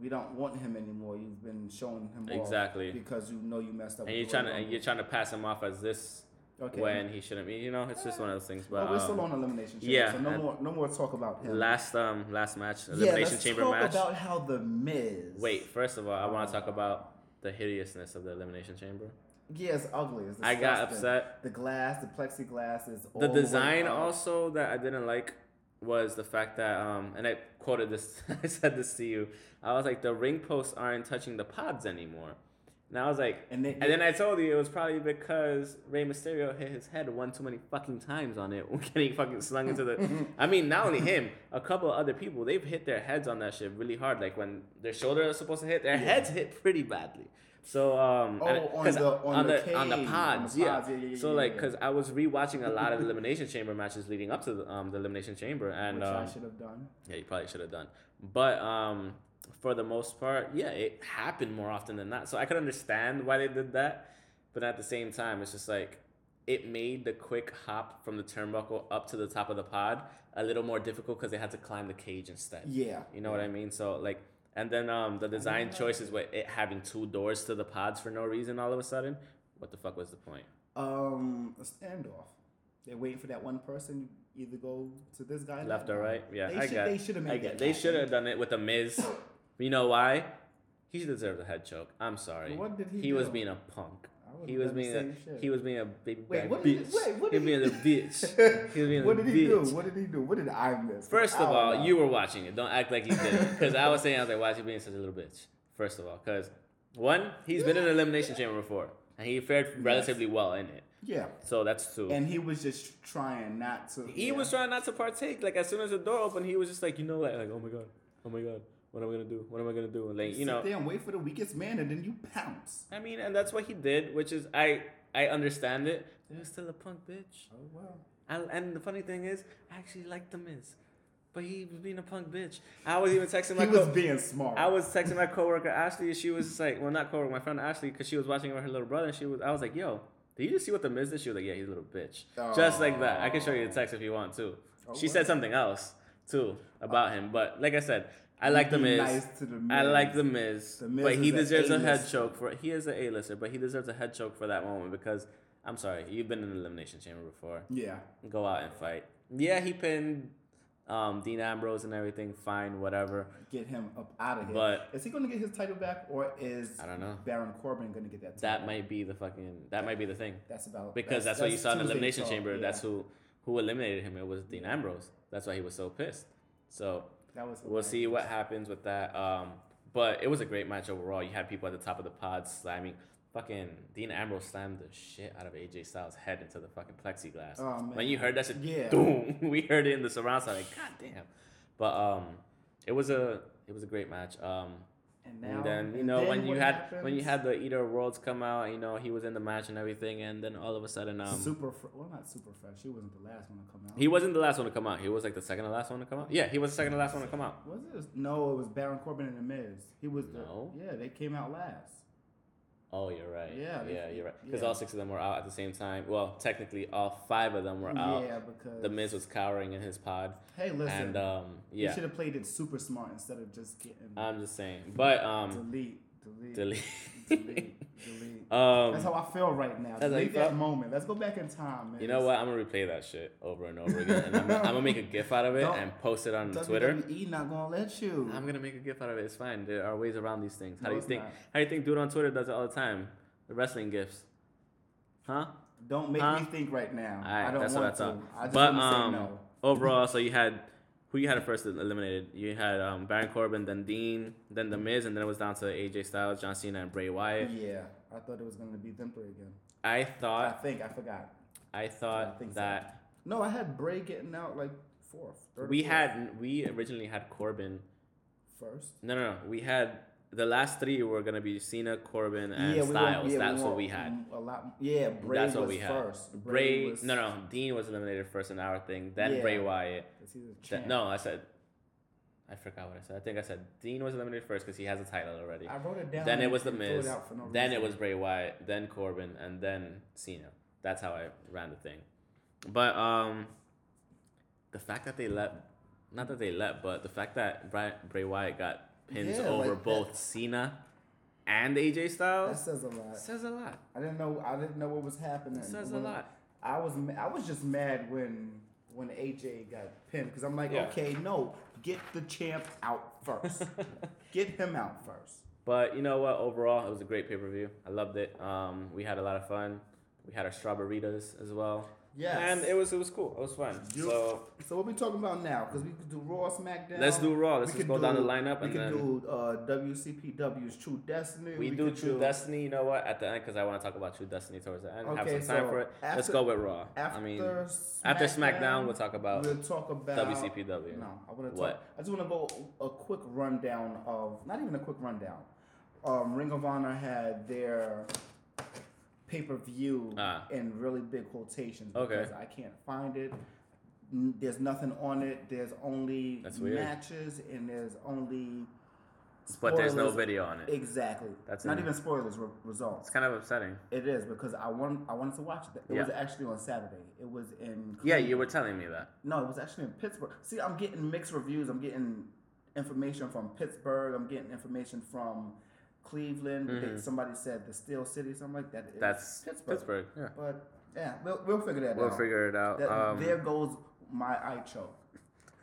Speaker 2: we don't want him anymore. You've been showing him off
Speaker 1: Exactly.
Speaker 2: because you know you messed up. with
Speaker 1: And you're
Speaker 2: Royal
Speaker 1: trying to
Speaker 2: Rumble.
Speaker 1: and you're trying to pass him off as this
Speaker 2: Okay.
Speaker 1: when he shouldn't be. You know, it's just one of those things. But
Speaker 2: But we're still
Speaker 1: um,
Speaker 2: on elimination chamber,
Speaker 1: yeah,
Speaker 2: so no
Speaker 1: and-
Speaker 2: more no more talk about him.
Speaker 1: last um last match
Speaker 2: yeah,
Speaker 1: elimination
Speaker 2: let's
Speaker 1: chamber
Speaker 2: talk
Speaker 1: match.
Speaker 2: about how the Miz.
Speaker 1: Wait, first of all, I want to talk about the hideousness of the Elimination Chamber.
Speaker 2: yeah, it's ugly. It's
Speaker 1: I got
Speaker 2: disgusting.
Speaker 1: upset.
Speaker 2: The glass, the plexiglass is all
Speaker 1: The
Speaker 2: way
Speaker 1: design
Speaker 2: out.
Speaker 1: also that I didn't like was the fact that um and I quoted this I said this to you. I was like the ring posts aren't touching the pods anymore. And I was like
Speaker 2: And
Speaker 1: and,
Speaker 2: they-
Speaker 1: then I told you it was probably because Rey Mysterio hit his head one too many fucking times on it getting fucking slung into the I mean not only him, a couple other people, they've hit their heads on that shit really hard. Like when their shoulder is supposed to hit, their heads hit pretty badly. So um
Speaker 2: Oh,
Speaker 1: and-
Speaker 2: on
Speaker 1: 'cause
Speaker 2: the- on the
Speaker 1: on the
Speaker 2: cage, on the
Speaker 1: pods,
Speaker 2: pods,
Speaker 1: yeah.
Speaker 2: yeah, yeah,
Speaker 1: So
Speaker 2: yeah,
Speaker 1: like
Speaker 2: yeah.
Speaker 1: cuz I was rewatching a lot of the Elimination Chamber matches leading up to the, um, the Elimination Chamber, and
Speaker 2: which
Speaker 1: um,
Speaker 2: I should have done.
Speaker 1: yeah, you probably should have done. But um, for the most part, yeah, it happened more often than not. So I could understand why they did that, but at the same time, it's just like it made the quick hop from the turnbuckle up to the top of the pod a little more difficult because they had to climb the cage instead.
Speaker 2: Yeah,
Speaker 1: You know what I mean? So like, and then um, the design choices with it having two doors to the pods for no reason all of a sudden. What the fuck was the point?
Speaker 2: um, a standoff. They're waiting for that one person. You either go to this guy.
Speaker 1: Left
Speaker 2: that
Speaker 1: or
Speaker 2: guy.
Speaker 1: right? Yeah,
Speaker 2: they
Speaker 1: I
Speaker 2: should,
Speaker 1: got.
Speaker 2: They should have
Speaker 1: I
Speaker 2: made
Speaker 1: got-
Speaker 2: that.
Speaker 1: They
Speaker 2: happen.
Speaker 1: should have done it with a Miz. you know why? He deserved a head choke. I'm sorry.
Speaker 2: What did he
Speaker 1: He was
Speaker 2: do?
Speaker 1: being a punk.
Speaker 2: I would've
Speaker 1: He was
Speaker 2: done the
Speaker 1: being a
Speaker 2: same shit.
Speaker 1: he was being a big
Speaker 2: Wait,
Speaker 1: bad
Speaker 2: what did he-
Speaker 1: bitch.
Speaker 2: wait, what
Speaker 1: he
Speaker 2: did
Speaker 1: was being a bitch. He was being
Speaker 2: what
Speaker 1: a
Speaker 2: did he do?
Speaker 1: bitch.
Speaker 2: What did he do? What did I miss?
Speaker 1: First of
Speaker 2: I don't
Speaker 1: all,
Speaker 2: know.
Speaker 1: you were watching it. Don't act like you didn't. Because I was saying, I was like, why is he being such a little bitch? First of all, because one, he's been in an elimination chamber before, and he fared relatively well in it.
Speaker 2: Yeah,
Speaker 1: So that's two.
Speaker 2: and he was just trying not to.
Speaker 1: He
Speaker 2: yeah.
Speaker 1: was trying not to partake. Like as soon as the door opened, he was just like, you know, like, like oh my god, oh my god, what am I gonna do? What am I gonna do? And like you
Speaker 2: sit
Speaker 1: know,
Speaker 2: there and wait for the weakest man, and then you pounce.
Speaker 1: I mean, and that's what he did, which is I I understand it. He was still a punk bitch.
Speaker 2: Oh wow.
Speaker 1: I, and the funny thing is, I actually liked the Miz, but he was being a punk bitch. I was even texting my
Speaker 2: He was
Speaker 1: co-
Speaker 2: being smart.
Speaker 1: I was texting my coworker Ashley, and she was just like, well, not coworker, my friend Ashley, because she was watching with her little brother, and she was, I was like, yo, did you just see what the Miz did? She was like, yeah, he's a little bitch, just like that. I can show you the text if you want too.
Speaker 2: Oh,
Speaker 1: she
Speaker 2: wow.
Speaker 1: said something else, too about him. But like I said, I like the Miz.
Speaker 2: Nice to the
Speaker 1: I like
Speaker 2: Miz.
Speaker 1: the Miz,
Speaker 2: The Miz
Speaker 1: but he
Speaker 2: is a
Speaker 1: deserves a head
Speaker 2: A-lister.
Speaker 1: choke for. He is an A-lister, but he deserves a head choke for that moment because I'm sorry, you've been in an elimination chamber before.
Speaker 2: Yeah.
Speaker 1: Go out and fight. Yeah, he pinned um, Dean Ambrose and everything. Fine, whatever.
Speaker 2: Get him up out of here.
Speaker 1: But-
Speaker 2: is he going to get his title back, or is
Speaker 1: I don't know.
Speaker 2: Baron Corbin going to get that? Title?
Speaker 1: That might be the fucking. That might be the thing
Speaker 2: That's about
Speaker 1: because that's, what you saw in the
Speaker 2: Tuesday
Speaker 1: elimination
Speaker 2: talk,
Speaker 1: chamber.
Speaker 2: yeah.
Speaker 1: That's who who eliminated him. It was Dean Ambrose. That's why he was so pissed. So
Speaker 2: That was.
Speaker 1: We'll see what happens with that. Um, but it was a great match overall. You had people at the top of the pod slamming. Fucking Dean Ambrose slammed the shit out of AJ Styles' head into the fucking plexiglass.
Speaker 2: Oh, man.
Speaker 1: When you heard that shit,
Speaker 2: Yeah.
Speaker 1: boom, we heard it in the surround sound. Like, god damn. But um, it was a it was a great match. Um,
Speaker 2: And, now,
Speaker 1: and then you know
Speaker 2: then
Speaker 1: when you
Speaker 2: what
Speaker 1: had when you
Speaker 2: happens?
Speaker 1: had the Eater of Worlds come out, you know he was in the match and everything, and then all of a sudden um,
Speaker 2: super fr- well not super fresh. She wasn't the last one to come out.
Speaker 1: he wasn't the last one to come out. He was like the second to last one to come out. Yeah, he was the second to last one to come out.
Speaker 2: was it? No, it was Baron Corbin and the Miz. He was the
Speaker 1: No.
Speaker 2: yeah. They came out last.
Speaker 1: Oh, you're right.
Speaker 2: Yeah, they-
Speaker 1: yeah, you're right. Because
Speaker 2: yeah.
Speaker 1: all six of them were out at the same time. Well, technically, all five of them were out.
Speaker 2: Yeah, because
Speaker 1: The Miz was cowering in his pod,
Speaker 2: Hey, listen.
Speaker 1: and um,
Speaker 2: You
Speaker 1: yeah,
Speaker 2: should have played it super smart instead of just getting
Speaker 1: I'm just saying. But um,
Speaker 2: delete, delete, delete,
Speaker 1: delete.
Speaker 2: delete, delete. that's
Speaker 1: um,
Speaker 2: how I feel right now.
Speaker 1: that's how you
Speaker 2: delete that
Speaker 1: felt?
Speaker 2: moment. Let's go back in time, man.
Speaker 1: you know what? I'm gonna replay that shit over and over again, and I'm gonna, I'm gonna make a gif out of it
Speaker 2: Don't-
Speaker 1: and post it on
Speaker 2: WWE
Speaker 1: Twitter.
Speaker 2: E not gonna let you.
Speaker 1: I'm gonna make a gif out of it. It's fine. There are ways around these things. How
Speaker 2: No,
Speaker 1: do you
Speaker 2: it's
Speaker 1: think?
Speaker 2: not.
Speaker 1: How do you think dude on Twitter does it all the time? The wrestling gifs, huh?
Speaker 2: don't make
Speaker 1: Huh?
Speaker 2: me think right now.
Speaker 1: All right,
Speaker 2: I don't
Speaker 1: that's what I
Speaker 2: want
Speaker 1: thought.
Speaker 2: to. I just
Speaker 1: but
Speaker 2: want to
Speaker 1: um,
Speaker 2: say no.
Speaker 1: overall, so you had who you had at first eliminated. You had um, Baron Corbin, then Dean, then The Miz, and then it was down to AJ Styles, John Cena, and Bray Wyatt.
Speaker 2: Yeah, I thought it was gonna be them three again.
Speaker 1: I
Speaker 2: I
Speaker 1: thought
Speaker 2: think I forgot.
Speaker 1: I thought
Speaker 2: I think so.
Speaker 1: that
Speaker 2: No, I had Bray getting out like fourth. third or
Speaker 1: we
Speaker 2: fourth.
Speaker 1: had we originally had Corbin.
Speaker 2: first.
Speaker 1: No, no, no. We had the last three were gonna be Cena, Corbin, and
Speaker 2: we want-
Speaker 1: Uh, Styles.
Speaker 2: yeah,
Speaker 1: That's what
Speaker 2: want
Speaker 1: we had.
Speaker 2: A lot. Yeah, Bray
Speaker 1: That's
Speaker 2: was
Speaker 1: what we had.
Speaker 2: first.
Speaker 1: Bray,
Speaker 2: was,
Speaker 1: no, no. Dean was eliminated first in our thing. Then
Speaker 2: Yeah.
Speaker 1: Bray Wyatt.
Speaker 2: Because he's a
Speaker 1: Th-
Speaker 2: champ.
Speaker 1: no, I said. I forgot what I said. I think I said Dean was eliminated first because he has a title already.
Speaker 2: I wrote it down.
Speaker 1: Then it was the
Speaker 2: and threw
Speaker 1: Miz.
Speaker 2: out for no
Speaker 1: then it
Speaker 2: reason.
Speaker 1: was Bray Wyatt. Then Corbin, and then Cena. That's how I ran the thing. But um, the fact that they let, not that they let, but the fact that Bray, Bray Wyatt got pins
Speaker 2: Yeah,
Speaker 1: over
Speaker 2: like that-
Speaker 1: both Cena and AJ Styles
Speaker 2: That says a lot.
Speaker 1: says a lot.
Speaker 2: I didn't know. I didn't know what was happening.
Speaker 1: It says a
Speaker 2: When-
Speaker 1: lot.
Speaker 2: I was. ma- I was just mad when when AJ got pinned because I'm like,
Speaker 1: Yeah.
Speaker 2: okay, no, get the champ out first. get him out first.
Speaker 1: But you know what? Overall, it was a great pay per view. I loved it. Um, we had a lot of fun. We had our strawberritas as well.
Speaker 2: Yes.
Speaker 1: And it was it was cool. It was fun.
Speaker 2: You-
Speaker 1: so
Speaker 2: So what we talking about now? Because we could do Raw, SmackDown.
Speaker 1: Let's do Raw.
Speaker 2: We
Speaker 1: Let's just
Speaker 2: could
Speaker 1: go down the lineup
Speaker 2: We
Speaker 1: and
Speaker 2: could
Speaker 1: then-
Speaker 2: do uh, WCPW's True Destiny.
Speaker 1: we, do
Speaker 2: could
Speaker 1: True Destiny. You know what? At the end, because I want to talk about True Destiny towards the end. Have
Speaker 2: Okay,
Speaker 1: some time
Speaker 2: so
Speaker 1: for it. Let's
Speaker 2: after-
Speaker 1: go with Raw.
Speaker 2: After
Speaker 1: I mean,
Speaker 2: SmackDown,
Speaker 1: after SmackDown, we'll talk about
Speaker 2: We'll talk about
Speaker 1: WCPW.
Speaker 2: No, I want to
Speaker 1: What?
Speaker 2: talk. I just want to go a quick rundown of not even a quick rundown. Um, Ring of Honor had their pay per view
Speaker 1: Ah.
Speaker 2: in really big quotations.
Speaker 1: Okay.
Speaker 2: because I can't find it. N- There's nothing on it. There's only
Speaker 1: That's weird.
Speaker 2: matches and there's only
Speaker 1: But there's no
Speaker 2: spoilers.
Speaker 1: video on it.
Speaker 2: exactly.
Speaker 1: That's
Speaker 2: not
Speaker 1: it.
Speaker 2: even spoilers re- results.
Speaker 1: It's kind of upsetting.
Speaker 2: It is because I want I wanted to watch it. It was
Speaker 1: Yeah.
Speaker 2: actually on Saturday. It was in
Speaker 1: Yeah, you were telling me that.
Speaker 2: no, it was actually in Pittsburgh. See, I'm getting mixed reviews. I'm getting information from Pittsburgh. I'm getting information from Cleveland. They- Somebody said the Steel City. So I'm like that. is
Speaker 1: Mm-hmm. That's Pittsburgh. Yeah.
Speaker 2: But yeah, we'll, we'll figure that
Speaker 1: We'll
Speaker 2: out.
Speaker 1: figure it out.
Speaker 2: That,
Speaker 1: um,
Speaker 2: there goes my eye choke.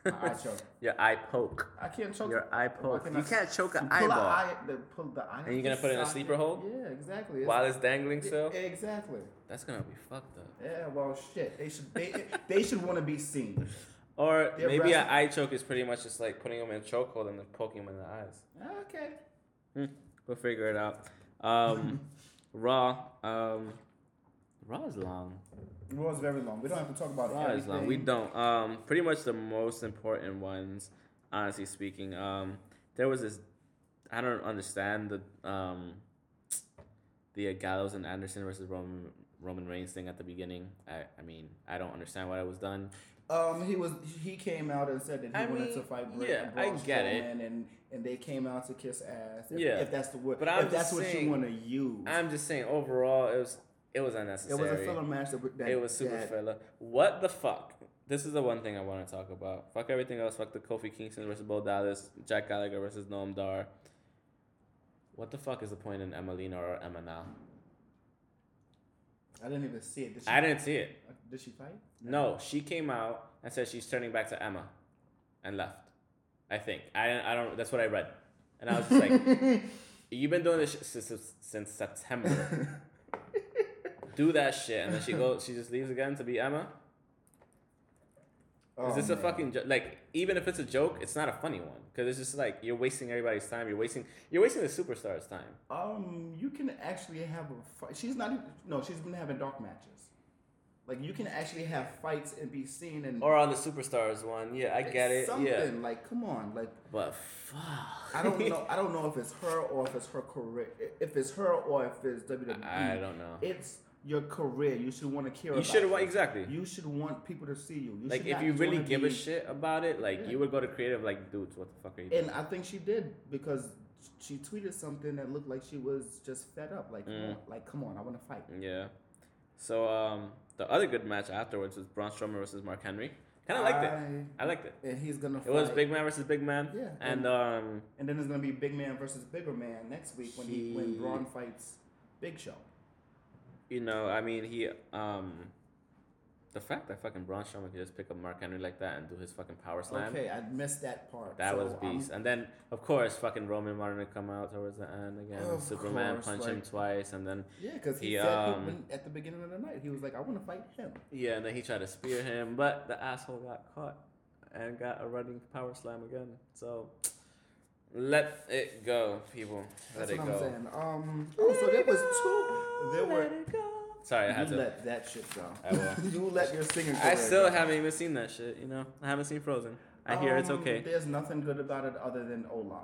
Speaker 2: My eye choke.
Speaker 1: your eye poke.
Speaker 2: I can't choke.
Speaker 1: Your
Speaker 2: why
Speaker 1: eye poke.
Speaker 2: can't
Speaker 1: You
Speaker 2: I-
Speaker 1: can't choke an
Speaker 2: pull a
Speaker 1: eyeball.
Speaker 2: Eye, the, pull the eye.
Speaker 1: And you're gonna put it in a sleeper hold?
Speaker 2: Yeah, exactly. It's- e,
Speaker 1: While it's dangling still?
Speaker 2: Exactly.
Speaker 1: That's gonna be fucked up.
Speaker 2: Yeah. Well, shit. They should. They, they should want to be seen.
Speaker 1: Or
Speaker 2: They're
Speaker 1: maybe an
Speaker 2: wrestling-
Speaker 1: eye choke is pretty much just like putting them in a chokehold and then poking them in the eyes.
Speaker 2: Okay.
Speaker 1: Hmm, we'll figure it out. Um, Raw. Um, Raw is long.
Speaker 2: It was very long. We don't have to talk about
Speaker 1: Raw is
Speaker 2: everything.
Speaker 1: long. We don't. Um, pretty much the most important ones, honestly speaking. Um, there was this. I don't understand the um, the uh, Gallows and Anderson versus Roman Roman Reigns thing at the beginning. I I mean I don't understand why that was done.
Speaker 2: Um, he was he came out and said that he
Speaker 1: I
Speaker 2: wanted
Speaker 1: mean,
Speaker 2: to fight Bra-
Speaker 1: yeah,
Speaker 2: Braun
Speaker 1: I get it.
Speaker 2: Strowman and and they came out to kiss ass. If,
Speaker 1: Yeah.
Speaker 2: if that's the word,
Speaker 1: But I'm
Speaker 2: if that's
Speaker 1: just
Speaker 2: what
Speaker 1: saying-
Speaker 2: you want to use,
Speaker 1: I'm just saying overall it was it was
Speaker 2: it
Speaker 1: unnecessary.
Speaker 2: was a filler match that, that
Speaker 1: It was super
Speaker 2: that-
Speaker 1: filler. What the fuck? this is the one thing I want to talk about. Fuck everything else. Fuck the Kofi Kingston versus Bo Dallas, Jack Gallagher versus Noam Dar. What the fuck is the point in Emelina or Emma now?
Speaker 2: I didn't even see it. Did she,
Speaker 1: I didn't see it.
Speaker 2: Did she fight?
Speaker 1: No, she came out and said she's turning back to Emma, and left. I think I don't- I don't. That's what I read, and I was just like, "You've been doing this shit since, since- since September. Do that shit." And then she goes. She just leaves again to be Emma.
Speaker 2: Oh,
Speaker 1: is this a
Speaker 2: man.
Speaker 1: fucking jo- like? Even if it's a joke, it's not a funny one because it's just like you're wasting everybody's time. You're wasting. You're wasting the superstars' time.
Speaker 2: Um, you can actually have a fight. She's not even. No, she's been having dark matches. Like you can actually have fights and be seen and.
Speaker 1: Or on the superstars one, yeah, I get it.
Speaker 2: Something
Speaker 1: Yeah,
Speaker 2: like, come on, like
Speaker 1: but fuck.
Speaker 2: I don't know. I don't know if it's her or if it's her career. If it's her or if it's WWE.
Speaker 1: I don't know.
Speaker 2: It's your career. You should want to care.
Speaker 1: You
Speaker 2: about
Speaker 1: should
Speaker 2: it.
Speaker 1: want exactly.
Speaker 2: You should want people to see you. you
Speaker 1: like
Speaker 2: should
Speaker 1: if
Speaker 2: not
Speaker 1: you
Speaker 2: just
Speaker 1: really
Speaker 2: wanna
Speaker 1: give a
Speaker 2: be-
Speaker 1: shit about it, like
Speaker 2: Yeah.
Speaker 1: you would go to creative, like dudes, what the fuck are you doing?
Speaker 2: And I think she did because she tweeted something that looked like she was just fed up. Like, come on,
Speaker 1: Mm.
Speaker 2: like come on, I want to fight.
Speaker 1: Yeah. So um, the other good match afterwards was Braun Strowman versus Mark Henry. Kind of liked it. I liked it.
Speaker 2: And he's gonna.
Speaker 1: It was
Speaker 2: Uh, fight.
Speaker 1: big man versus big man.
Speaker 2: Yeah,
Speaker 1: And
Speaker 2: and-
Speaker 1: um,
Speaker 2: And then it's gonna be big man versus bigger man next week when he, when
Speaker 1: He-
Speaker 2: Braun fights Big Show.
Speaker 1: you know, I mean, he um, the fact that fucking Braun Strowman could just pick up Mark Henry like that and do his fucking power slam.
Speaker 2: Okay, I missed that part.
Speaker 1: That
Speaker 2: So,
Speaker 1: was
Speaker 2: um,
Speaker 1: beast. and then, of course, fucking Roman wanted to come out towards the end again.
Speaker 2: Of
Speaker 1: Superman
Speaker 2: course,
Speaker 1: punched him
Speaker 2: like-
Speaker 1: twice, and then
Speaker 2: yeah, because he,
Speaker 1: He,
Speaker 2: said he-
Speaker 1: um,
Speaker 2: when- at the beginning of the night he was like, I want to fight him.
Speaker 1: yeah, and then he tried to spear him, but the asshole got caught and got a running power slam again. So let it go, people. Let
Speaker 2: That's
Speaker 1: it
Speaker 2: what
Speaker 1: go.
Speaker 2: I'm saying. Um, oh, so there was two. There were.
Speaker 1: Sorry, I had
Speaker 2: You
Speaker 1: to.
Speaker 2: let that shit go.
Speaker 1: I will.
Speaker 2: you let your singing.
Speaker 1: I
Speaker 2: career
Speaker 1: still
Speaker 2: go.
Speaker 1: haven't even seen that shit. You know, I haven't seen Frozen. I hear it's
Speaker 2: Um,
Speaker 1: okay.
Speaker 2: There's nothing good about it other than Olaf,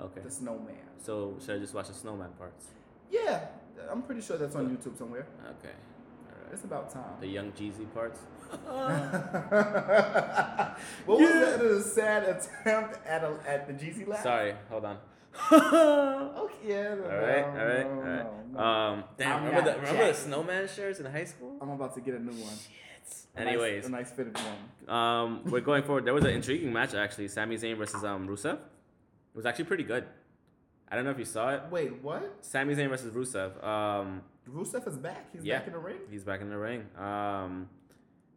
Speaker 1: Okay.
Speaker 2: the snowman.
Speaker 1: So should I just watch the snowman parts?
Speaker 2: Yeah, I'm pretty sure that's on YouTube somewhere.
Speaker 1: Okay. All right.
Speaker 2: It's about
Speaker 1: The
Speaker 2: time.
Speaker 1: Young Jeezy parts.
Speaker 2: what was
Speaker 1: Yeah.
Speaker 2: that? A sad attempt at a, at the GC lab.
Speaker 1: Sorry, hold on.
Speaker 2: Okay. Yeah, no,
Speaker 1: All right, all right,
Speaker 2: no,
Speaker 1: all right.
Speaker 2: no, no.
Speaker 1: Um,
Speaker 2: I'm
Speaker 1: damn, remember
Speaker 2: not
Speaker 1: the, remember the
Speaker 2: Jack.
Speaker 1: snowman shirts in high school?
Speaker 2: I'm about to get a new one. A nice-
Speaker 1: Anyways,
Speaker 2: a nice fitted one.
Speaker 1: um, we're going forward. There was an intriguing match actually, Sami Zayn versus um Rusev. It was actually pretty good. I don't know if you saw it.
Speaker 2: Wait, what?
Speaker 1: Sami Zayn versus Rusev. Um,
Speaker 2: Rusev is back. He's
Speaker 1: Yeah.
Speaker 2: back in the ring.
Speaker 1: he's back in the ring. Um,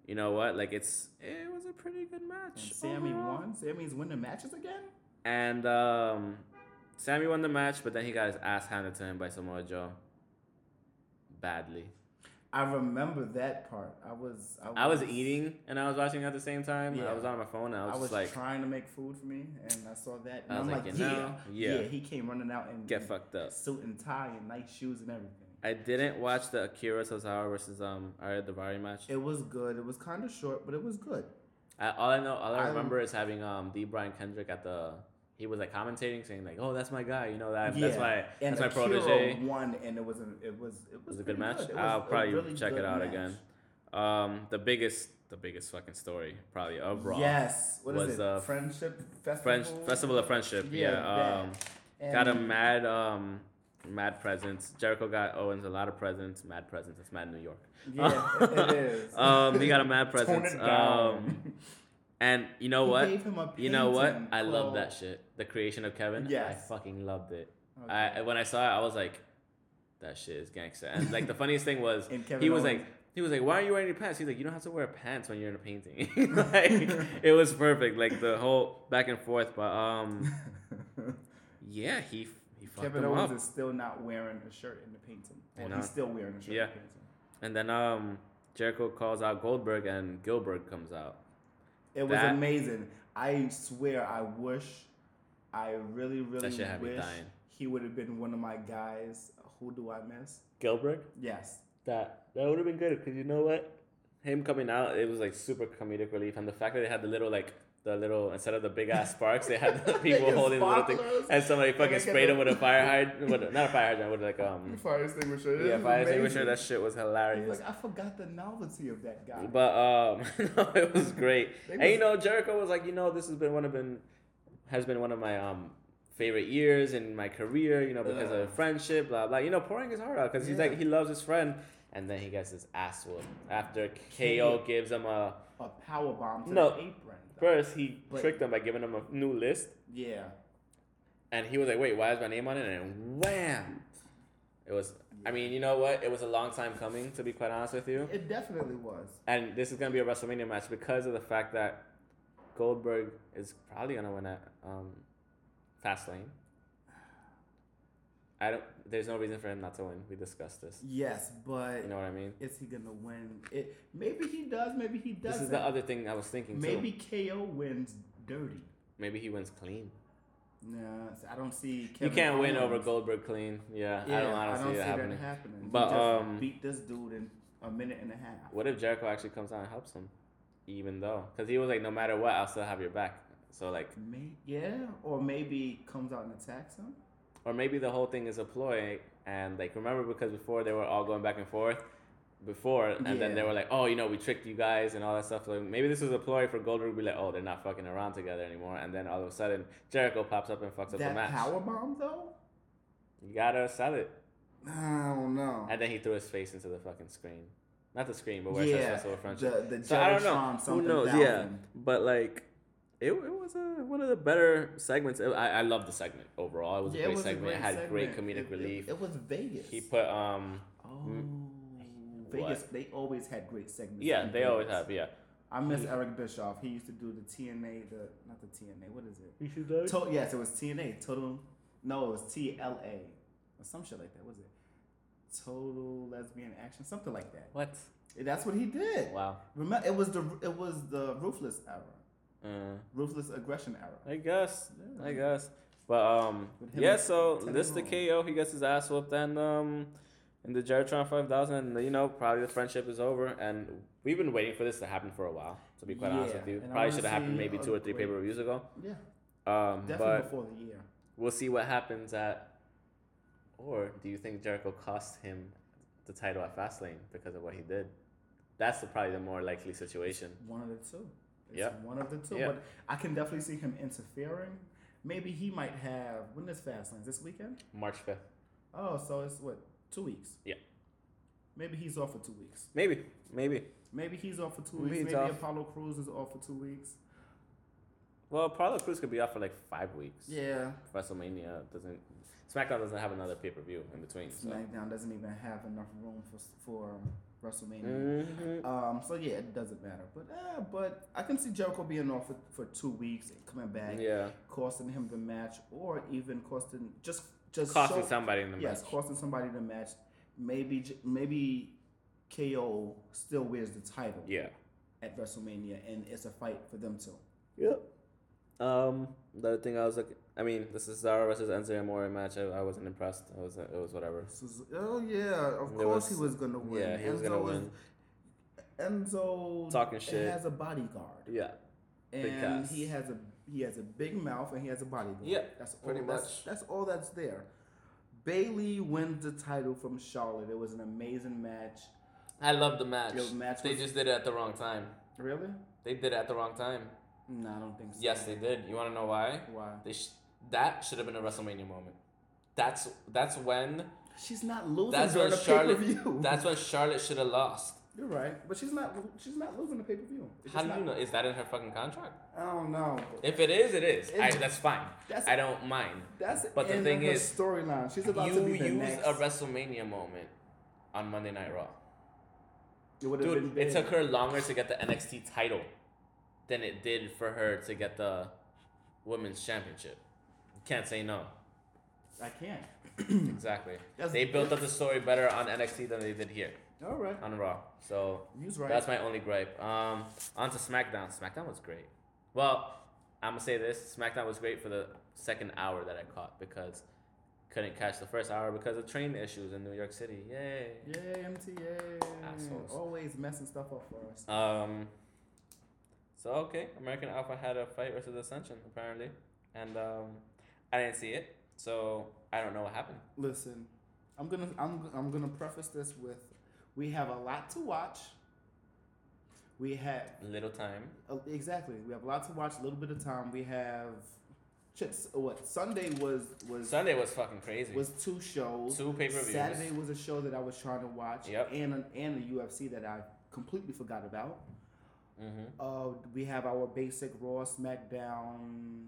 Speaker 1: you know what? Like it's it was a pretty good
Speaker 2: And
Speaker 1: match.
Speaker 2: Sammy
Speaker 1: overall.
Speaker 2: won. Sammy's winning matches again.
Speaker 1: And um, Sammy won the match, but then he got his ass handed to him by Samoa Joe. Badly.
Speaker 2: I remember that part. I was. I was,
Speaker 1: I was eating and I was watching at the same time.
Speaker 2: Yeah.
Speaker 1: I was on my phone. And I was
Speaker 2: I was
Speaker 1: just like,
Speaker 2: trying to make food for me, and I saw that. And
Speaker 1: I was
Speaker 2: I'm
Speaker 1: like,
Speaker 2: like,
Speaker 1: you
Speaker 2: yeah,
Speaker 1: know,
Speaker 2: yeah,
Speaker 1: yeah.
Speaker 2: He came running out in
Speaker 1: get
Speaker 2: in
Speaker 1: fucked up.
Speaker 2: suit and tie and nice shoes and everything.
Speaker 1: I didn't watch the Akira Tozawa versus um Arya Davari match.
Speaker 2: It was good. It was kind of short, but it was good.
Speaker 1: I, all I know, all I
Speaker 2: I-
Speaker 1: remember is having um D Brian Kendrick at the. He was like commentating, saying like, "Oh, that's my guy," you know that. That's
Speaker 2: Yeah.
Speaker 1: my
Speaker 2: And
Speaker 1: that's my
Speaker 2: Akira
Speaker 1: protege.
Speaker 2: won, and it was an, it was it was,
Speaker 1: was a
Speaker 2: pretty
Speaker 1: good match.
Speaker 2: It was
Speaker 1: I'll
Speaker 2: a
Speaker 1: probably
Speaker 2: really
Speaker 1: check it
Speaker 2: good
Speaker 1: out
Speaker 2: match.
Speaker 1: again. Um, the biggest, the biggest fucking story probably of Raw.
Speaker 2: Yes. What is
Speaker 1: was,
Speaker 2: it?
Speaker 1: uh,
Speaker 2: Friendship festival.
Speaker 1: French Festival of Friendship. Yeah. um, got a
Speaker 2: and-
Speaker 1: mad, um, mad presence. Jericho got Owens a lot of presents. Mad presents. It's mad New York.
Speaker 2: Yeah, it is.
Speaker 1: um, he got a mad
Speaker 2: Tone
Speaker 1: presence.
Speaker 2: it down.
Speaker 1: Um, and you know
Speaker 2: He
Speaker 1: what?
Speaker 2: gave him a
Speaker 1: You know what?
Speaker 2: painting
Speaker 1: I love
Speaker 2: called-
Speaker 1: that shit. The creation of Kevin.
Speaker 2: Yes.
Speaker 1: I fucking loved it.
Speaker 2: Okay.
Speaker 1: I when I saw it, I was like, that shit is gangsta. And like the funniest thing was
Speaker 2: And Kevin
Speaker 1: he was
Speaker 2: Owens.
Speaker 1: like he was like, Why aren't you wearing any pants? He's like, You don't have to wear pants when you're in a painting. like it was perfect, like the whole back and forth. But um yeah, he he fucked
Speaker 2: Kevin
Speaker 1: him
Speaker 2: Owens
Speaker 1: up.
Speaker 2: is still not wearing a shirt in the painting.
Speaker 1: I
Speaker 2: Well,
Speaker 1: know.
Speaker 2: he's still wearing a shirt
Speaker 1: Yeah.
Speaker 2: in the painting.
Speaker 1: And then um Jericho calls out Goldberg and Gilbert comes out.
Speaker 2: It was
Speaker 1: That-
Speaker 2: amazing. I swear, I wish, I really, really
Speaker 1: shit had me
Speaker 2: wish
Speaker 1: dying.
Speaker 2: he would have been one of my guys. Who do I miss?
Speaker 1: Gilbert?
Speaker 2: Yes.
Speaker 1: That that would have been good because you know what? Him coming out, it was like super comedic relief, and the fact that they had the little like the little instead of the big ass sparks, they had the people
Speaker 2: Yes,
Speaker 1: holding the little thing,
Speaker 2: sparklers.
Speaker 1: and somebody fucking
Speaker 2: like a
Speaker 1: sprayed him with
Speaker 2: little-
Speaker 1: a fire hydrant, with a- not a fire hydrant, with like um
Speaker 2: Fire extinguisher. It
Speaker 1: yeah
Speaker 2: is
Speaker 1: fire
Speaker 2: amazing.
Speaker 1: extinguisher. That shit was hilarious.
Speaker 2: Like I forgot the novelty of that guy.
Speaker 1: But um, no, it was great.
Speaker 2: They
Speaker 1: and you
Speaker 2: was-
Speaker 1: know, Jericho was like, you know, this has been one of been has been one of my um favorite years in my career. You know, because
Speaker 2: Ugh.
Speaker 1: of friendship, blah blah. You know, pouring his heart out because he's
Speaker 2: Yeah.
Speaker 1: like he loves his friend, and then he gets his ass whooped after
Speaker 2: K-
Speaker 1: KO gives him a
Speaker 2: a a power bomb to
Speaker 1: No.
Speaker 2: the apron. though.
Speaker 1: First, he
Speaker 2: But-
Speaker 1: tricked them by giving them a new list,
Speaker 2: Yeah,
Speaker 1: and he was like, "Wait, why is my name on it?" And wham! It was. I mean, you know what? It was a long time coming, to be quite honest with you.
Speaker 2: it definitely was.
Speaker 1: And this is gonna be a WrestleMania match because of the fact that Goldberg is probably gonna win at um, Fastlane. I don't. There's no reason for him not to win. We discussed this.
Speaker 2: Yes, but
Speaker 1: You know what I mean?
Speaker 2: is he gonna win? It maybe he does. Maybe he doesn't.
Speaker 1: This is the other thing I was thinking too.
Speaker 2: maybe KO wins dirty.
Speaker 1: Maybe he wins clean.
Speaker 2: Nah, I don't see.
Speaker 1: You
Speaker 2: Kevin
Speaker 1: can't win
Speaker 2: Owens.
Speaker 1: over Goldberg clean. Yeah,
Speaker 2: Yeah,
Speaker 1: I don't, I don't, see, that
Speaker 2: that
Speaker 1: happening.
Speaker 2: happening. He
Speaker 1: But,
Speaker 2: just
Speaker 1: um,
Speaker 2: beat this dude in a minute and a half.
Speaker 1: What if Jericho actually comes out and helps him? Even though, because he was like, no matter what, I'll still have your back. So like,
Speaker 2: May, yeah, or maybe comes out and attacks him.
Speaker 1: or maybe the whole thing is a ploy. And like, remember because before they were all going back and forth, before, and then they
Speaker 2: Yeah.
Speaker 1: were like, oh, you know, we tricked you guys and all that stuff. Like maybe this was a ploy for Goldberg to be like, oh, they're not fucking around together anymore. And then all of a sudden, Jericho pops up and fucks up the
Speaker 2: that
Speaker 1: match.
Speaker 2: power bomb though.
Speaker 1: You gotta sell it.
Speaker 2: I don't know.
Speaker 1: And then he threw his face into the fucking screen. Not the screen, but where it
Speaker 2: yeah,
Speaker 1: says Festival of Friendship.
Speaker 2: the the
Speaker 1: So I don't know.
Speaker 2: Jumbotron
Speaker 1: Who
Speaker 2: something
Speaker 1: knows? Yeah,
Speaker 2: thousand.
Speaker 1: but like, it, it was a, one of the better segments. I, I love the segment overall. It was a
Speaker 2: Yeah,
Speaker 1: great
Speaker 2: it was a
Speaker 1: segment.
Speaker 2: great
Speaker 1: it had great
Speaker 2: segment. It-
Speaker 1: comedic
Speaker 2: it-
Speaker 1: relief.
Speaker 2: It, was Vegas.
Speaker 1: he put um
Speaker 2: oh,
Speaker 1: Mm.
Speaker 2: Vegas. They always had great segments.
Speaker 1: yeah
Speaker 2: in
Speaker 1: they always
Speaker 2: Vegas.
Speaker 1: have yeah.
Speaker 2: I miss
Speaker 1: He-
Speaker 2: Eric Bischoff. He used to do the TNA, the not the TNA. What is it? To- yes, it was TNA. Total. No, it was TLA or some shit like that. Was it Total Lesbian Action? Something like that.
Speaker 1: What?
Speaker 2: That's what he did.
Speaker 1: Wow.
Speaker 2: Remember, it was the it was the ruthless era,
Speaker 1: Uh,
Speaker 2: ruthless aggression era.
Speaker 1: I guess. I guess. But um
Speaker 2: With him
Speaker 1: yeah.
Speaker 2: and
Speaker 1: So
Speaker 2: Teddy
Speaker 1: this the
Speaker 2: Long.
Speaker 1: KO. He gets his ass whooped and um. in the Geritron 5000, and you know, probably the friendship is over. And we've been waiting for this to happen for a while, to be quite honest
Speaker 2: Yeah,
Speaker 1: with you.
Speaker 2: and I
Speaker 1: Probably
Speaker 2: wanna
Speaker 1: should have happened
Speaker 2: see
Speaker 1: maybe
Speaker 2: a
Speaker 1: two or three pay
Speaker 2: great-
Speaker 1: per views ago.
Speaker 2: Yeah,
Speaker 1: Um,
Speaker 2: definitely
Speaker 1: but
Speaker 2: before the year.
Speaker 1: We'll see what happens at. Or do you think Jericho cost him the title at Fastlane because of what he did? That's the, probably the more likely situation.
Speaker 2: One of the two. It's
Speaker 1: Yeah.
Speaker 2: one of the two.
Speaker 1: Yeah.
Speaker 2: But I can definitely see him interfering. Maybe he might have when is Fastlane this weekend?
Speaker 1: March 5th.
Speaker 2: Oh, so it's what two weeks?
Speaker 1: Yeah.
Speaker 2: Maybe he's off for two weeks.
Speaker 1: Maybe. Maybe.
Speaker 2: Maybe he's off for two
Speaker 1: Maybe
Speaker 2: weeks.
Speaker 1: he's
Speaker 2: Maybe
Speaker 1: off.
Speaker 2: Apollo Cruz is off for two weeks.
Speaker 1: Well, Apollo Cruz could be out for like five weeks.
Speaker 2: Yeah.
Speaker 1: WrestleMania doesn't. SmackDown doesn't have another pay per view in between. So.
Speaker 2: SmackDown doesn't even have enough room for for um, WrestleMania.
Speaker 1: Mhm.
Speaker 2: Um, so yeah, it doesn't matter. But uh, but I can see Jericho being off for, for two weeks, coming back,
Speaker 1: Yeah.
Speaker 2: costing him the match, or even costing just just
Speaker 1: Costing
Speaker 2: show-
Speaker 1: somebody in the
Speaker 2: yes,
Speaker 1: match.
Speaker 2: costing somebody the match. Maybe J- maybe KO still wears the title
Speaker 1: Yeah.
Speaker 2: at WrestleMania, and it's a fight for them too.
Speaker 1: Yep. Um, the other thing I was like, I mean, this is Cesaro versus Enzo Amore match. I, I wasn't impressed. It was it was whatever.
Speaker 2: Suz- oh yeah, of
Speaker 1: There
Speaker 2: course
Speaker 1: was-
Speaker 2: he was gonna win.
Speaker 1: Yeah, he was gonna
Speaker 2: Enzo is-
Speaker 1: win.
Speaker 2: Enzo
Speaker 1: Talking shit.
Speaker 2: has a bodyguard.
Speaker 1: Yeah. Big
Speaker 2: and
Speaker 1: cats.
Speaker 2: he has a he has a big mouth and he has a body. guard.
Speaker 1: Yeah,
Speaker 2: that's
Speaker 1: pretty
Speaker 2: all, that's-
Speaker 1: much.
Speaker 2: That's, all that's there. Bailey wins the title from Charlotte. It was an amazing match.
Speaker 1: I love the match.
Speaker 2: Yo, match
Speaker 1: they
Speaker 2: was-
Speaker 1: just did it at the wrong time.
Speaker 2: Really?
Speaker 1: They did it at the wrong time.
Speaker 2: No, I don't think so.
Speaker 1: Yes, they did. You want to know why?
Speaker 2: Why?
Speaker 1: They sh- that should have been a WrestleMania moment. That's that's when
Speaker 2: She's not losing
Speaker 1: that's
Speaker 2: during
Speaker 1: when
Speaker 2: the
Speaker 1: Charlotte
Speaker 2: pay-per-view.
Speaker 1: that's when Charlotte should have lost.
Speaker 2: You're right, but she's not she's not losing the pay-per-view. It's
Speaker 1: How
Speaker 2: just
Speaker 1: do you
Speaker 2: not-
Speaker 1: know? Is that in her fucking contract?
Speaker 2: I don't know. but
Speaker 1: If it is, it is. I,
Speaker 2: It's-
Speaker 1: that's fine.
Speaker 2: that's-
Speaker 1: I don't mind.
Speaker 2: That's
Speaker 1: But the
Speaker 2: end
Speaker 1: thing
Speaker 2: of her
Speaker 1: is,
Speaker 2: storyline. She's about to
Speaker 1: You
Speaker 2: be the
Speaker 1: use
Speaker 2: next.
Speaker 1: a WrestleMania moment on Monday Night Raw.
Speaker 2: it would have been
Speaker 1: Dude,
Speaker 2: big.
Speaker 1: it took her longer to get the NXT title than it did for her to get the women's championship. You can't say no.
Speaker 2: I can't.
Speaker 1: Exactly.
Speaker 2: Hmm. That's-
Speaker 1: they built up the story better on NXT than they did here
Speaker 2: All right,
Speaker 1: on Raw. So
Speaker 2: you's right.
Speaker 1: that's my only gripe. Um, on to SmackDown. SmackDown was great. Well, I'm gonna say this: SmackDown was great for the second hour that I caught because couldn't catch the first hour because of train issues in New York City. Yay.
Speaker 2: Yay, MTA.
Speaker 1: Assholes.
Speaker 2: Always messing stuff up for us.
Speaker 1: Um. So okay, American Alpha had a fight versus Ascension apparently, and um, I didn't see it, so I don't know what happened.
Speaker 2: Listen, I'm gonna I'm I'm gonna preface this with, we have a lot to watch. We have
Speaker 1: Little time.
Speaker 2: uh, exactly. We have a lot to watch. A little bit of time. We have, shit, what Sunday was was
Speaker 1: Sunday was fucking crazy.
Speaker 2: was two shows.
Speaker 1: Two pay-per-views.
Speaker 2: Saturday was a show that I was trying to watch.
Speaker 1: Yep.
Speaker 2: And a, and a UFC that I completely forgot about.
Speaker 1: Mm-hmm.
Speaker 2: Uh, we have our basic Raw, SmackDown,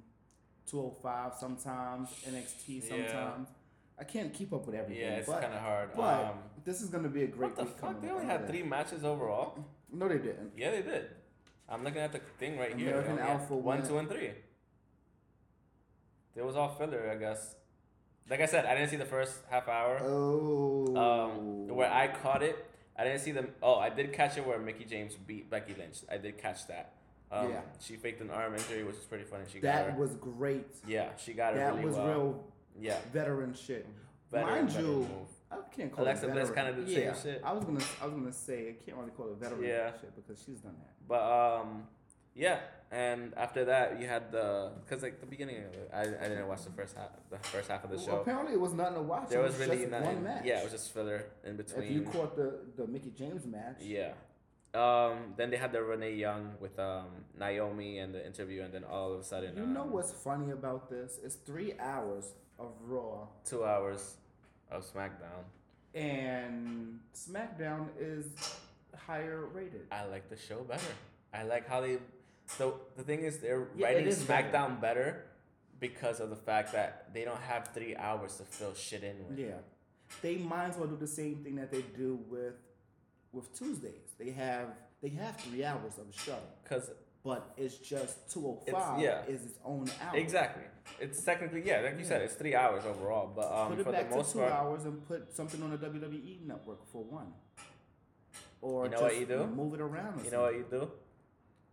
Speaker 2: 205 sometimes, NXT
Speaker 1: Yeah.
Speaker 2: sometimes. I can't keep up with everything.
Speaker 1: Yeah, it's
Speaker 2: but
Speaker 1: kind of hard.
Speaker 2: but
Speaker 1: um,
Speaker 2: this is gonna be a great
Speaker 1: what the
Speaker 2: week coming
Speaker 1: fuck? They
Speaker 2: up.
Speaker 1: only
Speaker 2: I know
Speaker 1: had
Speaker 2: that.
Speaker 1: three matches overall.
Speaker 2: No, they didn't.
Speaker 1: Yeah, they did. I'm looking at the thing right here.
Speaker 2: American
Speaker 1: They only had
Speaker 2: Alpha
Speaker 1: one,
Speaker 2: went-
Speaker 1: two, and three. It was all filler, I guess. Like I said, I didn't see the first half hour.
Speaker 2: Oh.
Speaker 1: um, where I caught it. I didn't see them. Oh, I did catch it where Mickey James beat Becky Lynch. I did catch that. Um,
Speaker 2: Yeah.
Speaker 1: She faked an arm injury, which is pretty funny. She got
Speaker 2: that
Speaker 1: her.
Speaker 2: was great.
Speaker 1: yeah, she got it
Speaker 2: that
Speaker 1: really
Speaker 2: was
Speaker 1: well.
Speaker 2: real
Speaker 1: Yeah.
Speaker 2: veteran shit.
Speaker 1: Veteran-
Speaker 2: Mind
Speaker 1: veteran
Speaker 2: you,
Speaker 1: move.
Speaker 2: I can't call
Speaker 1: Alexa
Speaker 2: it
Speaker 1: Bliss
Speaker 2: veteran.
Speaker 1: kinda did the same
Speaker 2: yeah,
Speaker 1: shit.
Speaker 2: I was gonna, I was gonna say I can't really call it veteran
Speaker 1: Yeah.
Speaker 2: shit because she's done that.
Speaker 1: But um, yeah. And after that, you had the because like the beginning of it, I, I didn't watch the first half the first half of the
Speaker 2: Well,
Speaker 1: show.
Speaker 2: Apparently, it was nothing to watch.
Speaker 1: there
Speaker 2: it
Speaker 1: was, really
Speaker 2: just
Speaker 1: nothing.
Speaker 2: one match.
Speaker 1: Yeah, it was just filler in between.
Speaker 2: If you caught the the Mickey James match,
Speaker 1: Yeah. Um, then they had the Renee Young with um, Naomi and the interview, and then all of a sudden,
Speaker 2: you know
Speaker 1: um,
Speaker 2: what's funny about this? It's three hours of Raw,
Speaker 1: Two hours of SmackDown.
Speaker 2: and SmackDown is higher rated.
Speaker 1: I like the show better. I like how they. So the thing is, they're
Speaker 2: Yeah, it
Speaker 1: writing
Speaker 2: is better.
Speaker 1: SmackDown better. because of the fact that they don't have three hours to fill shit in with.
Speaker 2: Yeah, they might as well do the same thing that they do with with Tuesdays. They have they have three hours of a show,
Speaker 1: Cause
Speaker 2: but it's just two oh five
Speaker 1: yeah.
Speaker 2: is its own hour.
Speaker 1: exactly, it's technically yeah, like you said, it's three hours overall. But um,
Speaker 2: Put it
Speaker 1: for the
Speaker 2: back to
Speaker 1: most
Speaker 2: two
Speaker 1: part,
Speaker 2: hours and put something on the WWE network for one. Or
Speaker 1: You know
Speaker 2: just
Speaker 1: what you do?
Speaker 2: move it around. or
Speaker 1: you know what
Speaker 2: something.
Speaker 1: you do?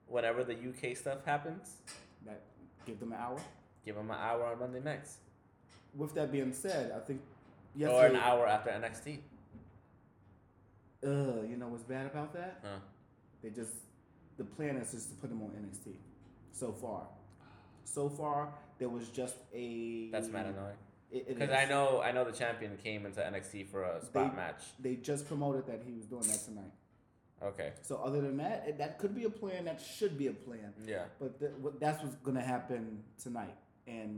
Speaker 1: Whenever the UK stuff happens,
Speaker 2: That, give them an hour.
Speaker 1: give them an hour on Monday nights.
Speaker 2: With that being said, I think
Speaker 1: or an
Speaker 2: yesterday.
Speaker 1: hour after NXT.
Speaker 2: Ugh, you know what's bad about that?
Speaker 1: Huh.
Speaker 2: They just the plan is just to put them on NXT. So far, so far there was just a
Speaker 1: That's mad annoying.
Speaker 2: It- it
Speaker 1: Because
Speaker 2: is.
Speaker 1: I know, I know the champion came into NXT for a spot
Speaker 2: They-
Speaker 1: match.
Speaker 2: they just promoted that he was doing that tonight.
Speaker 1: Okay.
Speaker 2: So other than that, it, that could be a plan. That should be a plan.
Speaker 1: Yeah.
Speaker 2: But th- what- that's what's gonna happen tonight, and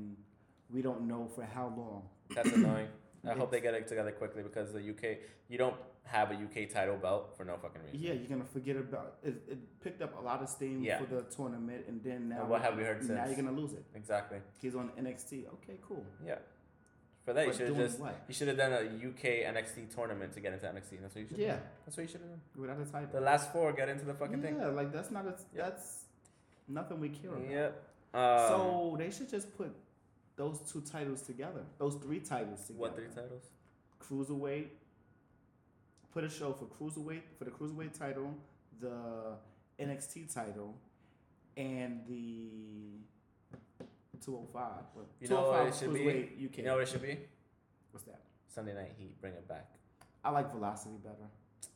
Speaker 2: we don't know for how long.
Speaker 1: That's annoying. I hope they get it together quickly because the UK, you don't have a UK title belt for no fucking reason.
Speaker 2: Yeah, you're gonna forget about it. It picked up a lot of steam
Speaker 1: Yeah.
Speaker 2: for the tournament, and then now
Speaker 1: And what have we heard
Speaker 2: now
Speaker 1: since?
Speaker 2: you're gonna lose it.
Speaker 1: Exactly.
Speaker 2: He's on NXT. Okay, cool.
Speaker 1: Yeah. For that, you
Speaker 2: But
Speaker 1: should have
Speaker 2: doing
Speaker 1: just,
Speaker 2: what?
Speaker 1: you should have done a UK NXT tournament to get into NXT. That's what you should.
Speaker 2: Yeah,
Speaker 1: That's what you should have done.
Speaker 2: without a title.
Speaker 1: The last four get into the fucking
Speaker 2: yeah,
Speaker 1: thing.
Speaker 2: like that's not a that's nothing we care about.
Speaker 1: Yep. Um,
Speaker 2: so they should just put those two titles together. Those three titles together.
Speaker 1: what three titles?
Speaker 2: Cruiserweight. Put a show for cruiserweight for the cruiserweight title, the NXT title, and the 205. What-
Speaker 1: You know what
Speaker 2: 205
Speaker 1: it should be?
Speaker 2: cruiserweight UK.
Speaker 1: You know what it should be?
Speaker 2: What's that?
Speaker 1: Sunday Night Heat. Bring it back.
Speaker 2: I like Velocity better.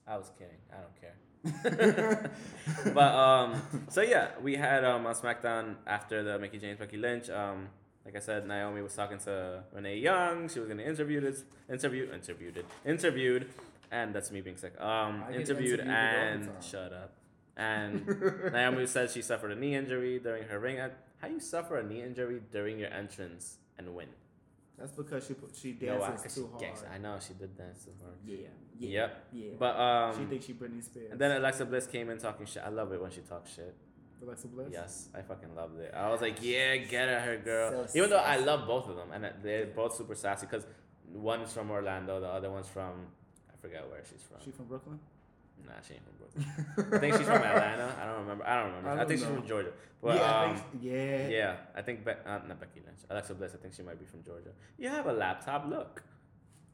Speaker 1: I was kidding. I don't care. but um, so yeah, we had um on SmackDown after the Mickey James Becky Lynch. Um, like I said, Naomi was talking to Renee Young. She was gonna interview this interview interviewed it interviewed, and that's me being sick. Um,
Speaker 2: I get interviewed
Speaker 1: interviewed
Speaker 2: all the
Speaker 1: and
Speaker 2: time.
Speaker 1: shut up. And Naomi said she suffered a knee injury during her ring. uh, How you suffer a knee injury during your entrance and win?
Speaker 2: That's because she put, she
Speaker 1: No, I,
Speaker 2: dances
Speaker 1: 'cause she
Speaker 2: too hard.
Speaker 1: gangsta. I know she did dance too hard.
Speaker 2: Yeah, yeah,
Speaker 1: Yep.
Speaker 2: yeah.
Speaker 1: But um,
Speaker 2: she thinks she Britney Spears.
Speaker 1: and then uh, Alexa Bliss came in talking shit. I love it when she talks shit.
Speaker 2: Alexa Bliss.
Speaker 1: Yes, I fucking loved it. I was like, yeah, get her, her girl.
Speaker 2: So
Speaker 1: Even though I
Speaker 2: sassy.
Speaker 1: love both of them, and they're both super sassy because one's from Orlando, the other one's from I forget where she's from.
Speaker 2: She from Brooklyn.
Speaker 1: nah, she ain't from Brooklyn. I think she's from Atlanta. I don't remember. I don't remember. I,
Speaker 2: I don't
Speaker 1: think she's
Speaker 2: know.
Speaker 1: from Georgia. But
Speaker 2: yeah,
Speaker 1: um,
Speaker 2: I think, yeah.
Speaker 1: yeah, I think Be- uh, not Becky Lynch, Alexa Bliss. I think she might be from Georgia. You have a laptop. Look.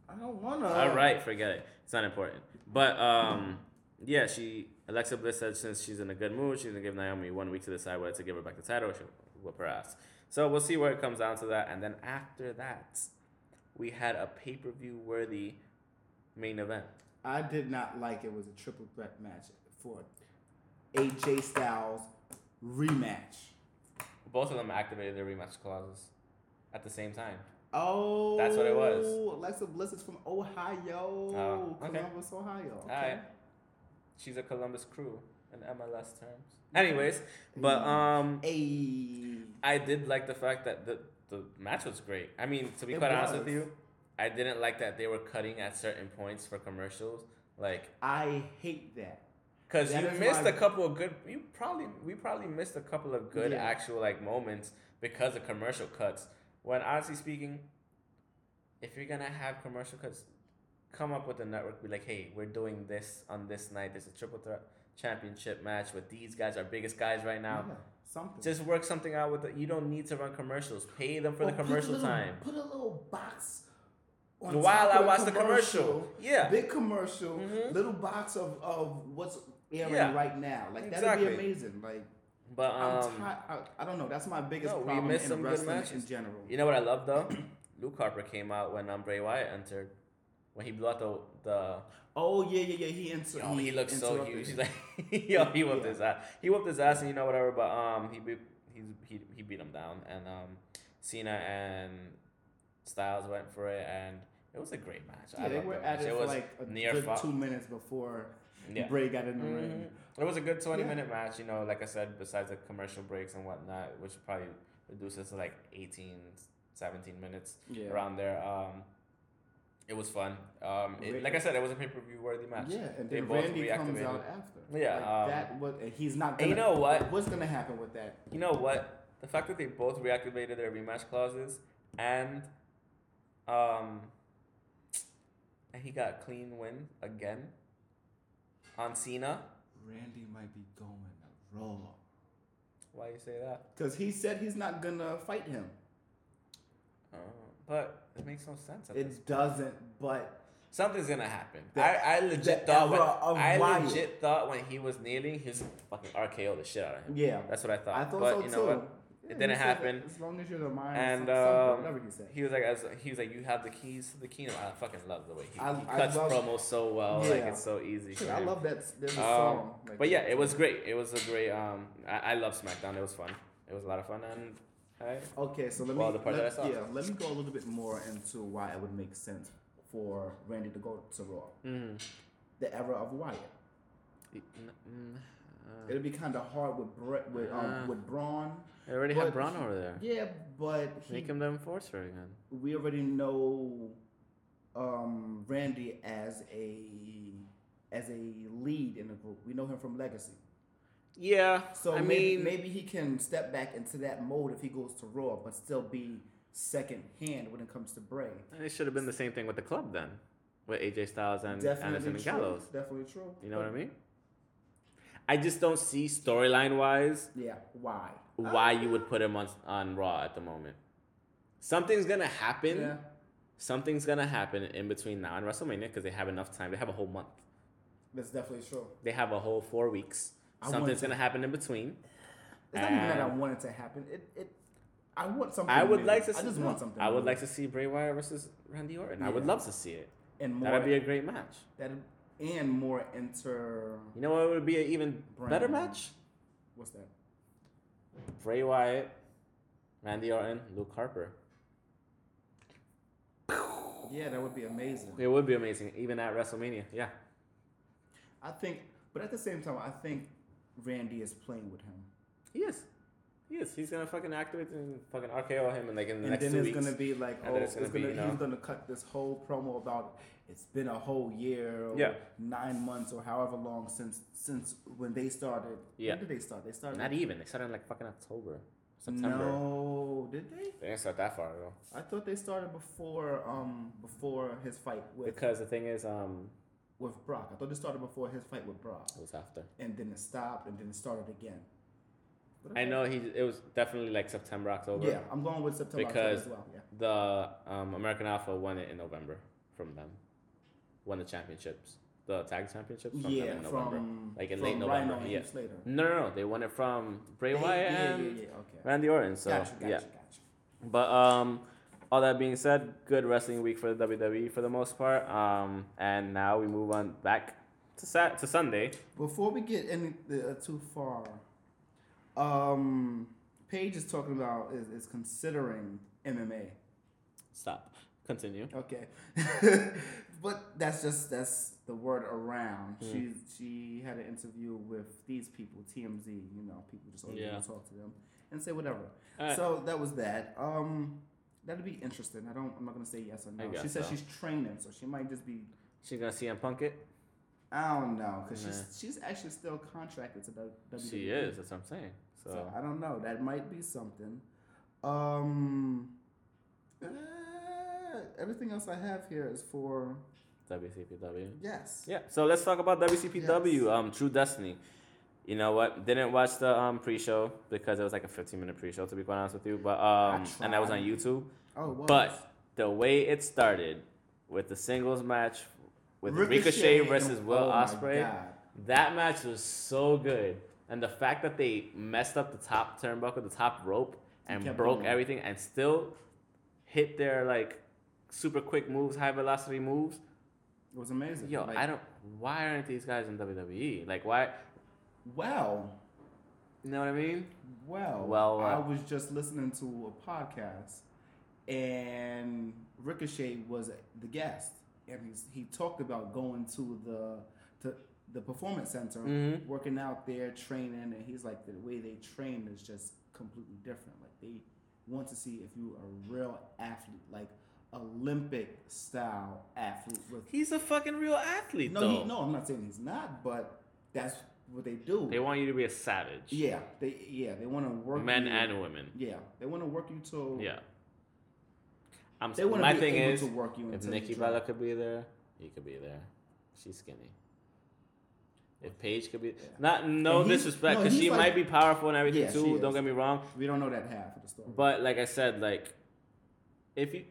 Speaker 2: I don't wanna.
Speaker 1: All right, forget it. It's not important. But um, yeah, she Alexa Bliss said since she's in a good mood, she's gonna give Naomi one week to decide whether to give her back the title or she'll whoop her ass. So we'll see where it comes down to that. And then after that, we had a pay per view worthy main event.
Speaker 2: I did not like it was a triple threat match for AJ Styles rematch.
Speaker 1: Both of them activated their rematch clauses at the same time.
Speaker 2: Oh,
Speaker 1: That's what it was.
Speaker 2: Alexa Bliss is from Ohio,
Speaker 1: Oh, okay.
Speaker 2: Columbus, Ohio. Okay.
Speaker 1: All right, she's a Columbus crew in MLS terms. Anyways, but um,
Speaker 2: Hey.
Speaker 1: I did like the fact that the the match was great. I mean, to be
Speaker 2: It
Speaker 1: quite honest
Speaker 2: was.
Speaker 1: with you, I didn't like that they were cutting at certain points for commercials, like
Speaker 2: I hate that.
Speaker 1: Because
Speaker 2: That
Speaker 1: you
Speaker 2: is
Speaker 1: missed
Speaker 2: why-
Speaker 1: a couple of good. You probably we probably missed a couple of good
Speaker 2: Yeah.
Speaker 1: actual like moments because of commercial cuts. When honestly speaking, if you're gonna have commercial cuts, come up with a network. Be like, hey, we're doing this on this night. There's a triple threat championship match with these guys, our biggest guys right now.
Speaker 2: Yeah, something.
Speaker 1: Just work something out with it. You don't need to run commercials. Pay them for
Speaker 2: Or
Speaker 1: the
Speaker 2: Oh, put a
Speaker 1: commercial
Speaker 2: little-
Speaker 1: time.
Speaker 2: Put a little box. on
Speaker 1: While
Speaker 2: top
Speaker 1: I
Speaker 2: of
Speaker 1: watch the commercial, yeah.
Speaker 2: Big commercial,
Speaker 1: Mhm.
Speaker 2: little box of, of what's airing
Speaker 1: Yeah.
Speaker 2: right now. Like
Speaker 1: Exactly.
Speaker 2: that'd be amazing. Like
Speaker 1: But
Speaker 2: I'm
Speaker 1: um,
Speaker 2: tired. I, I don't know. That's my biggest
Speaker 1: no, we
Speaker 2: problem
Speaker 1: missed
Speaker 2: in
Speaker 1: some good
Speaker 2: wrestling
Speaker 1: matches.
Speaker 2: in general.
Speaker 1: You know what I love though? Luke Harper came out when um, Bray Wyatt entered, when he blew out the the.
Speaker 2: Oh yeah, yeah, yeah. He inter-
Speaker 1: Yo, he looks so
Speaker 2: interrupted
Speaker 1: huge. He's
Speaker 2: him.
Speaker 1: like, yo, he whooped
Speaker 2: Yeah.
Speaker 1: his ass. He whooped his ass, and you know whatever. But um, he beat he's, he he beat him down, and um, Cena and Styles went for it, and it was a great match. I
Speaker 2: yeah, they
Speaker 1: loved
Speaker 2: were at
Speaker 1: the match.
Speaker 2: it,
Speaker 1: It
Speaker 2: for
Speaker 1: was
Speaker 2: like a
Speaker 1: near
Speaker 2: good
Speaker 1: fo-
Speaker 2: two minutes before
Speaker 1: yeah.
Speaker 2: Bray got in the ring.
Speaker 1: Mhm. It was a good 20
Speaker 2: Mm-hmm. Yeah.
Speaker 1: minute match, you know, like I said, besides the commercial breaks and whatnot, which probably reduces to like 18, 17 minutes
Speaker 2: Yeah.
Speaker 1: around there. Um, it was fun. Um, it-
Speaker 2: Ra-
Speaker 1: like I said, it was a pay per view worthy match.
Speaker 2: Yeah, and then Randy comes out after.
Speaker 1: Yeah,
Speaker 2: like,
Speaker 1: um,
Speaker 2: that was and he's not.
Speaker 1: and
Speaker 2: Gonna,
Speaker 1: you know what?
Speaker 2: What's gonna happen with that?
Speaker 1: You know what? The fact that they both reactivated their rematch clauses and um and he got a clean win again on Cena.
Speaker 2: Randy might be going raw
Speaker 1: Why you say that?
Speaker 2: because he said he's not gonna fight him.
Speaker 1: Oh, but it makes no sense. At this.
Speaker 2: Uh-huh. It doesn't, but
Speaker 1: Something's gonna happen.
Speaker 2: That-
Speaker 1: I, I legit
Speaker 2: that
Speaker 1: thought when,
Speaker 2: era of
Speaker 1: I
Speaker 2: Wyatt.
Speaker 1: legit thought when he was kneeling, he was fucking RKO the shit out of him.
Speaker 2: yeah,
Speaker 1: That's what I thought.
Speaker 2: I thought
Speaker 1: but
Speaker 2: so
Speaker 1: you
Speaker 2: too.
Speaker 1: know what?
Speaker 2: Yeah,
Speaker 1: It
Speaker 2: he
Speaker 1: didn't
Speaker 2: said
Speaker 1: happen.
Speaker 2: that As long as you're the mind,
Speaker 1: And
Speaker 2: and um,
Speaker 1: um,
Speaker 2: whatever he said.
Speaker 1: he was like, as, he was like, you have the keys to the kingdom. I fucking love the way he,
Speaker 2: I-
Speaker 1: he
Speaker 2: I
Speaker 1: cuts
Speaker 2: love-
Speaker 1: promos so well. Like
Speaker 2: Yeah.
Speaker 1: it's so easy.
Speaker 2: Shit,
Speaker 1: for
Speaker 2: I
Speaker 1: him.
Speaker 2: love that. There's a
Speaker 1: Um,
Speaker 2: song. Like,
Speaker 1: But yeah, it was great. It was a great. Um, I, I love SmackDown. It was fun. It was a lot of fun. And I,
Speaker 2: Okay, so let me
Speaker 1: Well, the part
Speaker 2: let,
Speaker 1: that I saw.
Speaker 2: yeah, let me go a little bit more into why it would make sense for Randy to go to Raw.
Speaker 1: mm,
Speaker 2: The era of Wyatt.
Speaker 1: mm, mm, uh,
Speaker 2: It'd be kind of hard with Bre- with um,
Speaker 1: Uh.
Speaker 2: with Braun.
Speaker 1: they already
Speaker 2: but
Speaker 1: have Braun
Speaker 2: he-
Speaker 1: over there.
Speaker 2: Yeah, but he,
Speaker 1: Make him the enforcer again.
Speaker 2: we already know um, Randy as a as a lead in the group. We know him from Legacy.
Speaker 1: Yeah.
Speaker 2: So
Speaker 1: I
Speaker 2: maybe,
Speaker 1: mean,
Speaker 2: maybe he can step back into that mode if he goes to Raw, but still be second hand when it comes to Bray.
Speaker 1: It should have been the same thing with the club then, with AJ Styles and
Speaker 2: Definitely
Speaker 1: Anderson
Speaker 2: true.
Speaker 1: and Gallows.
Speaker 2: Definitely true.
Speaker 1: You know what I mean? I just don't see storyline wise
Speaker 2: Yeah. Why?
Speaker 1: why you would put him on on Raw at the moment. Something's gonna happen.
Speaker 2: Uh, Yeah.
Speaker 1: Something's gonna happen in between now and WrestleMania because they have enough time. They have a whole month.
Speaker 2: That's definitely true.
Speaker 1: They have a whole four weeks.
Speaker 2: I want
Speaker 1: Something's
Speaker 2: to-
Speaker 1: gonna happen in between.
Speaker 2: It's not even that I
Speaker 1: And-
Speaker 2: want it to happen. It. it I want something.
Speaker 1: I would
Speaker 2: new.
Speaker 1: like to.
Speaker 2: I
Speaker 1: see-
Speaker 2: just want something.
Speaker 1: I would
Speaker 2: new.
Speaker 1: like to see Bray Wyatt versus Randy Orton. I would
Speaker 2: Yeah.
Speaker 1: love to see it.
Speaker 2: and more
Speaker 1: That'd be a great match.
Speaker 2: that and more inter.
Speaker 1: You know what would be an even better
Speaker 2: Brand.
Speaker 1: match?
Speaker 2: What's that?
Speaker 1: Bray Wyatt, Randy Orton, Luke Harper.
Speaker 2: Yeah, that would be amazing.
Speaker 1: It would be amazing, even at WrestleMania. Yeah.
Speaker 2: I think, but at the same time, I think Randy is playing with him.
Speaker 1: He is. He is. He's gonna fucking activate and fucking RKO him and like in the
Speaker 2: And
Speaker 1: next
Speaker 2: then
Speaker 1: two
Speaker 2: it's
Speaker 1: weeks.
Speaker 2: gonna be like,
Speaker 1: And
Speaker 2: oh,
Speaker 1: then
Speaker 2: it's gonna
Speaker 1: be, you know-
Speaker 2: he's gonna cut this whole promo about it's been a whole year, or
Speaker 1: Yeah.
Speaker 2: nine months, or however long since since when they started.
Speaker 1: Yeah.
Speaker 2: when did they start? They started
Speaker 1: Not even. They started in like fucking October, September.
Speaker 2: No, did they?
Speaker 1: They didn't start that far though.
Speaker 2: I thought they started before um before his fight with
Speaker 1: Because the thing is, um,
Speaker 2: with Brock. I thought they started before his fight with Brock,
Speaker 1: it was after.
Speaker 2: and then it stopped, and then it started again. But
Speaker 1: I
Speaker 2: okay.
Speaker 1: know he. It was definitely like September, October.
Speaker 2: Yeah, I'm going with September October
Speaker 1: Because-
Speaker 2: as well. Yeah.
Speaker 1: The um, American Alpha won it in November from them. Won the championships, the tag championships. From
Speaker 2: yeah,
Speaker 1: them in November.
Speaker 2: from
Speaker 1: Like in
Speaker 2: from
Speaker 1: late November,
Speaker 2: Rhino and
Speaker 1: yeah.
Speaker 2: Heath Slater.
Speaker 1: No, no, no. They won it from Bray
Speaker 2: They-
Speaker 1: Wyatt
Speaker 2: yeah, yeah,
Speaker 1: and
Speaker 2: yeah, okay.
Speaker 1: Randy Orton. So
Speaker 2: gotcha, gotcha,
Speaker 1: yeah.
Speaker 2: gotcha.
Speaker 1: But um, all that being said, good wrestling week for the WWE for the most part. Um, and now we move on back to sat to Sunday.
Speaker 2: Before we get any uh, too far, um, Paige is talking about is, is considering MMA.
Speaker 1: Stop. Continue.
Speaker 2: Okay, but that's just that's the word around.
Speaker 1: Hmm.
Speaker 2: She she had an interview with these people, TMZ. You know, people just always
Speaker 1: Yeah.
Speaker 2: want to talk to them and say whatever.
Speaker 1: Alright.
Speaker 2: So that was that. Um, that'd be interesting. I don't. I'm not gonna say yes or
Speaker 1: I
Speaker 2: no.
Speaker 1: guess
Speaker 2: She says
Speaker 1: so.
Speaker 2: she's training, so she might just be.
Speaker 1: She's gonna CM Punk it.
Speaker 2: I don't know because she's she's actually still contracted to WWE.
Speaker 1: She is. That's what I'm saying. So,
Speaker 2: So I don't know. That might be something. Um, uh, everything else I have here is for
Speaker 1: WCPW.
Speaker 2: yes.
Speaker 1: Yeah. So let's talk about WCPW. Um, True Destiny. You know what? Didn't watch the um pre-show because it was like a 15-minute pre-show to be quite honest with you. But um, and that was on
Speaker 2: tried.
Speaker 1: YouTube.
Speaker 2: Oh, it was.
Speaker 1: But the way it started with the singles match with Ricochet,
Speaker 2: Ricochet
Speaker 1: versus
Speaker 2: and-
Speaker 1: Will
Speaker 2: oh my
Speaker 1: Ospreay,
Speaker 2: God.
Speaker 1: that match was so good. And the fact that they messed up the top turnbuckle, the top rope, and
Speaker 2: kept
Speaker 1: broke
Speaker 2: going.
Speaker 1: everything and still hit their like super quick moves, high velocity moves.
Speaker 2: it was amazing.
Speaker 1: Yo,
Speaker 2: Like,
Speaker 1: I don't. Why aren't these guys in WWE? Like, why?
Speaker 2: Wow.
Speaker 1: You know what I mean?
Speaker 2: Well,
Speaker 1: Well, uh,
Speaker 2: I was just listening to a podcast, and Ricochet was the guest, and he's, he talked about going to the to the performance center,
Speaker 1: Mhm.
Speaker 2: working out there, training, and he's like the way they train is just completely different. Like they want to see if you a real athlete, like Olympic style athlete with
Speaker 1: He's a fucking real athlete,
Speaker 2: no,
Speaker 1: though.
Speaker 2: he, no, I'm not saying he's not, but that's what they do.
Speaker 1: They want you to be a savage.
Speaker 2: yeah, they yeah they want to work
Speaker 1: Men
Speaker 2: you-
Speaker 1: and women.
Speaker 2: yeah, they want to work you till
Speaker 1: Yeah. I'm.
Speaker 2: They
Speaker 1: They
Speaker 2: want to
Speaker 1: my
Speaker 2: be
Speaker 1: thing
Speaker 2: able
Speaker 1: is,
Speaker 2: to work you
Speaker 1: if
Speaker 2: until
Speaker 1: Nikki
Speaker 2: you drop.
Speaker 1: Bella could be there, he could be there. She's skinny. If Paige could be not no
Speaker 2: And he's-
Speaker 1: disrespect
Speaker 2: no,
Speaker 1: because
Speaker 2: he's
Speaker 1: she
Speaker 2: like-
Speaker 1: might be powerful and everything
Speaker 2: Yeah, she
Speaker 1: too. Don't
Speaker 2: is.
Speaker 1: get me wrong,
Speaker 2: We don't know that half of the story.
Speaker 1: But like I said, like if you,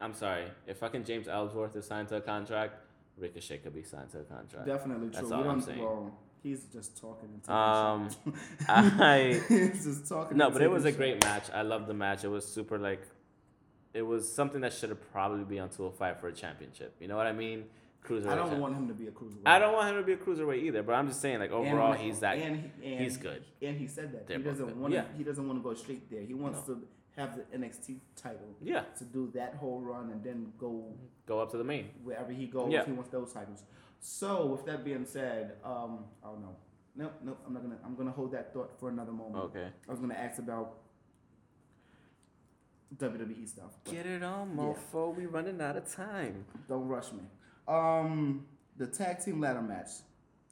Speaker 1: I'm sorry, if fucking James Ellsworth is signed to a contract, Ricochet could be signed to a contract.
Speaker 2: Definitely true.
Speaker 1: That's
Speaker 2: we
Speaker 1: all I'm
Speaker 2: don't,
Speaker 1: saying.
Speaker 2: Well, he's just talking. And taking
Speaker 1: Um,
Speaker 2: shit.
Speaker 1: I-
Speaker 2: he's just talking.
Speaker 1: No,
Speaker 2: and
Speaker 1: but it
Speaker 2: taking
Speaker 1: was a
Speaker 2: shit.
Speaker 1: great match. I loved the match. It was super like, it was something that should have probably be on 205 for a championship. You know what I mean? Cruiserweight.
Speaker 2: I don't
Speaker 1: champ-
Speaker 2: want him to be a cruiserweight.
Speaker 1: I don't want him to be a cruiserweight either, but I'm just saying like
Speaker 2: And-
Speaker 1: overall he's that.
Speaker 2: and he- and-
Speaker 1: he's good.
Speaker 2: And he said that
Speaker 1: They're
Speaker 2: he
Speaker 1: both
Speaker 2: doesn't
Speaker 1: good.
Speaker 2: want.
Speaker 1: Yeah.
Speaker 2: to He doesn't want to go straight there. He wants to have the NXT title.
Speaker 1: Yeah.
Speaker 2: To do that whole run and then go
Speaker 1: Go up to the main.
Speaker 2: wherever he goes.
Speaker 1: Yeah.
Speaker 2: He wants those titles. So with that being said, um, oh no, no, no, I'm not gonna. I'm gonna hold that thought for another moment.
Speaker 1: Okay.
Speaker 2: I was gonna ask about WWE stuff. but
Speaker 1: Get it on, mofo. We running out of time.
Speaker 2: Don't rush me. Um, the tag team ladder match.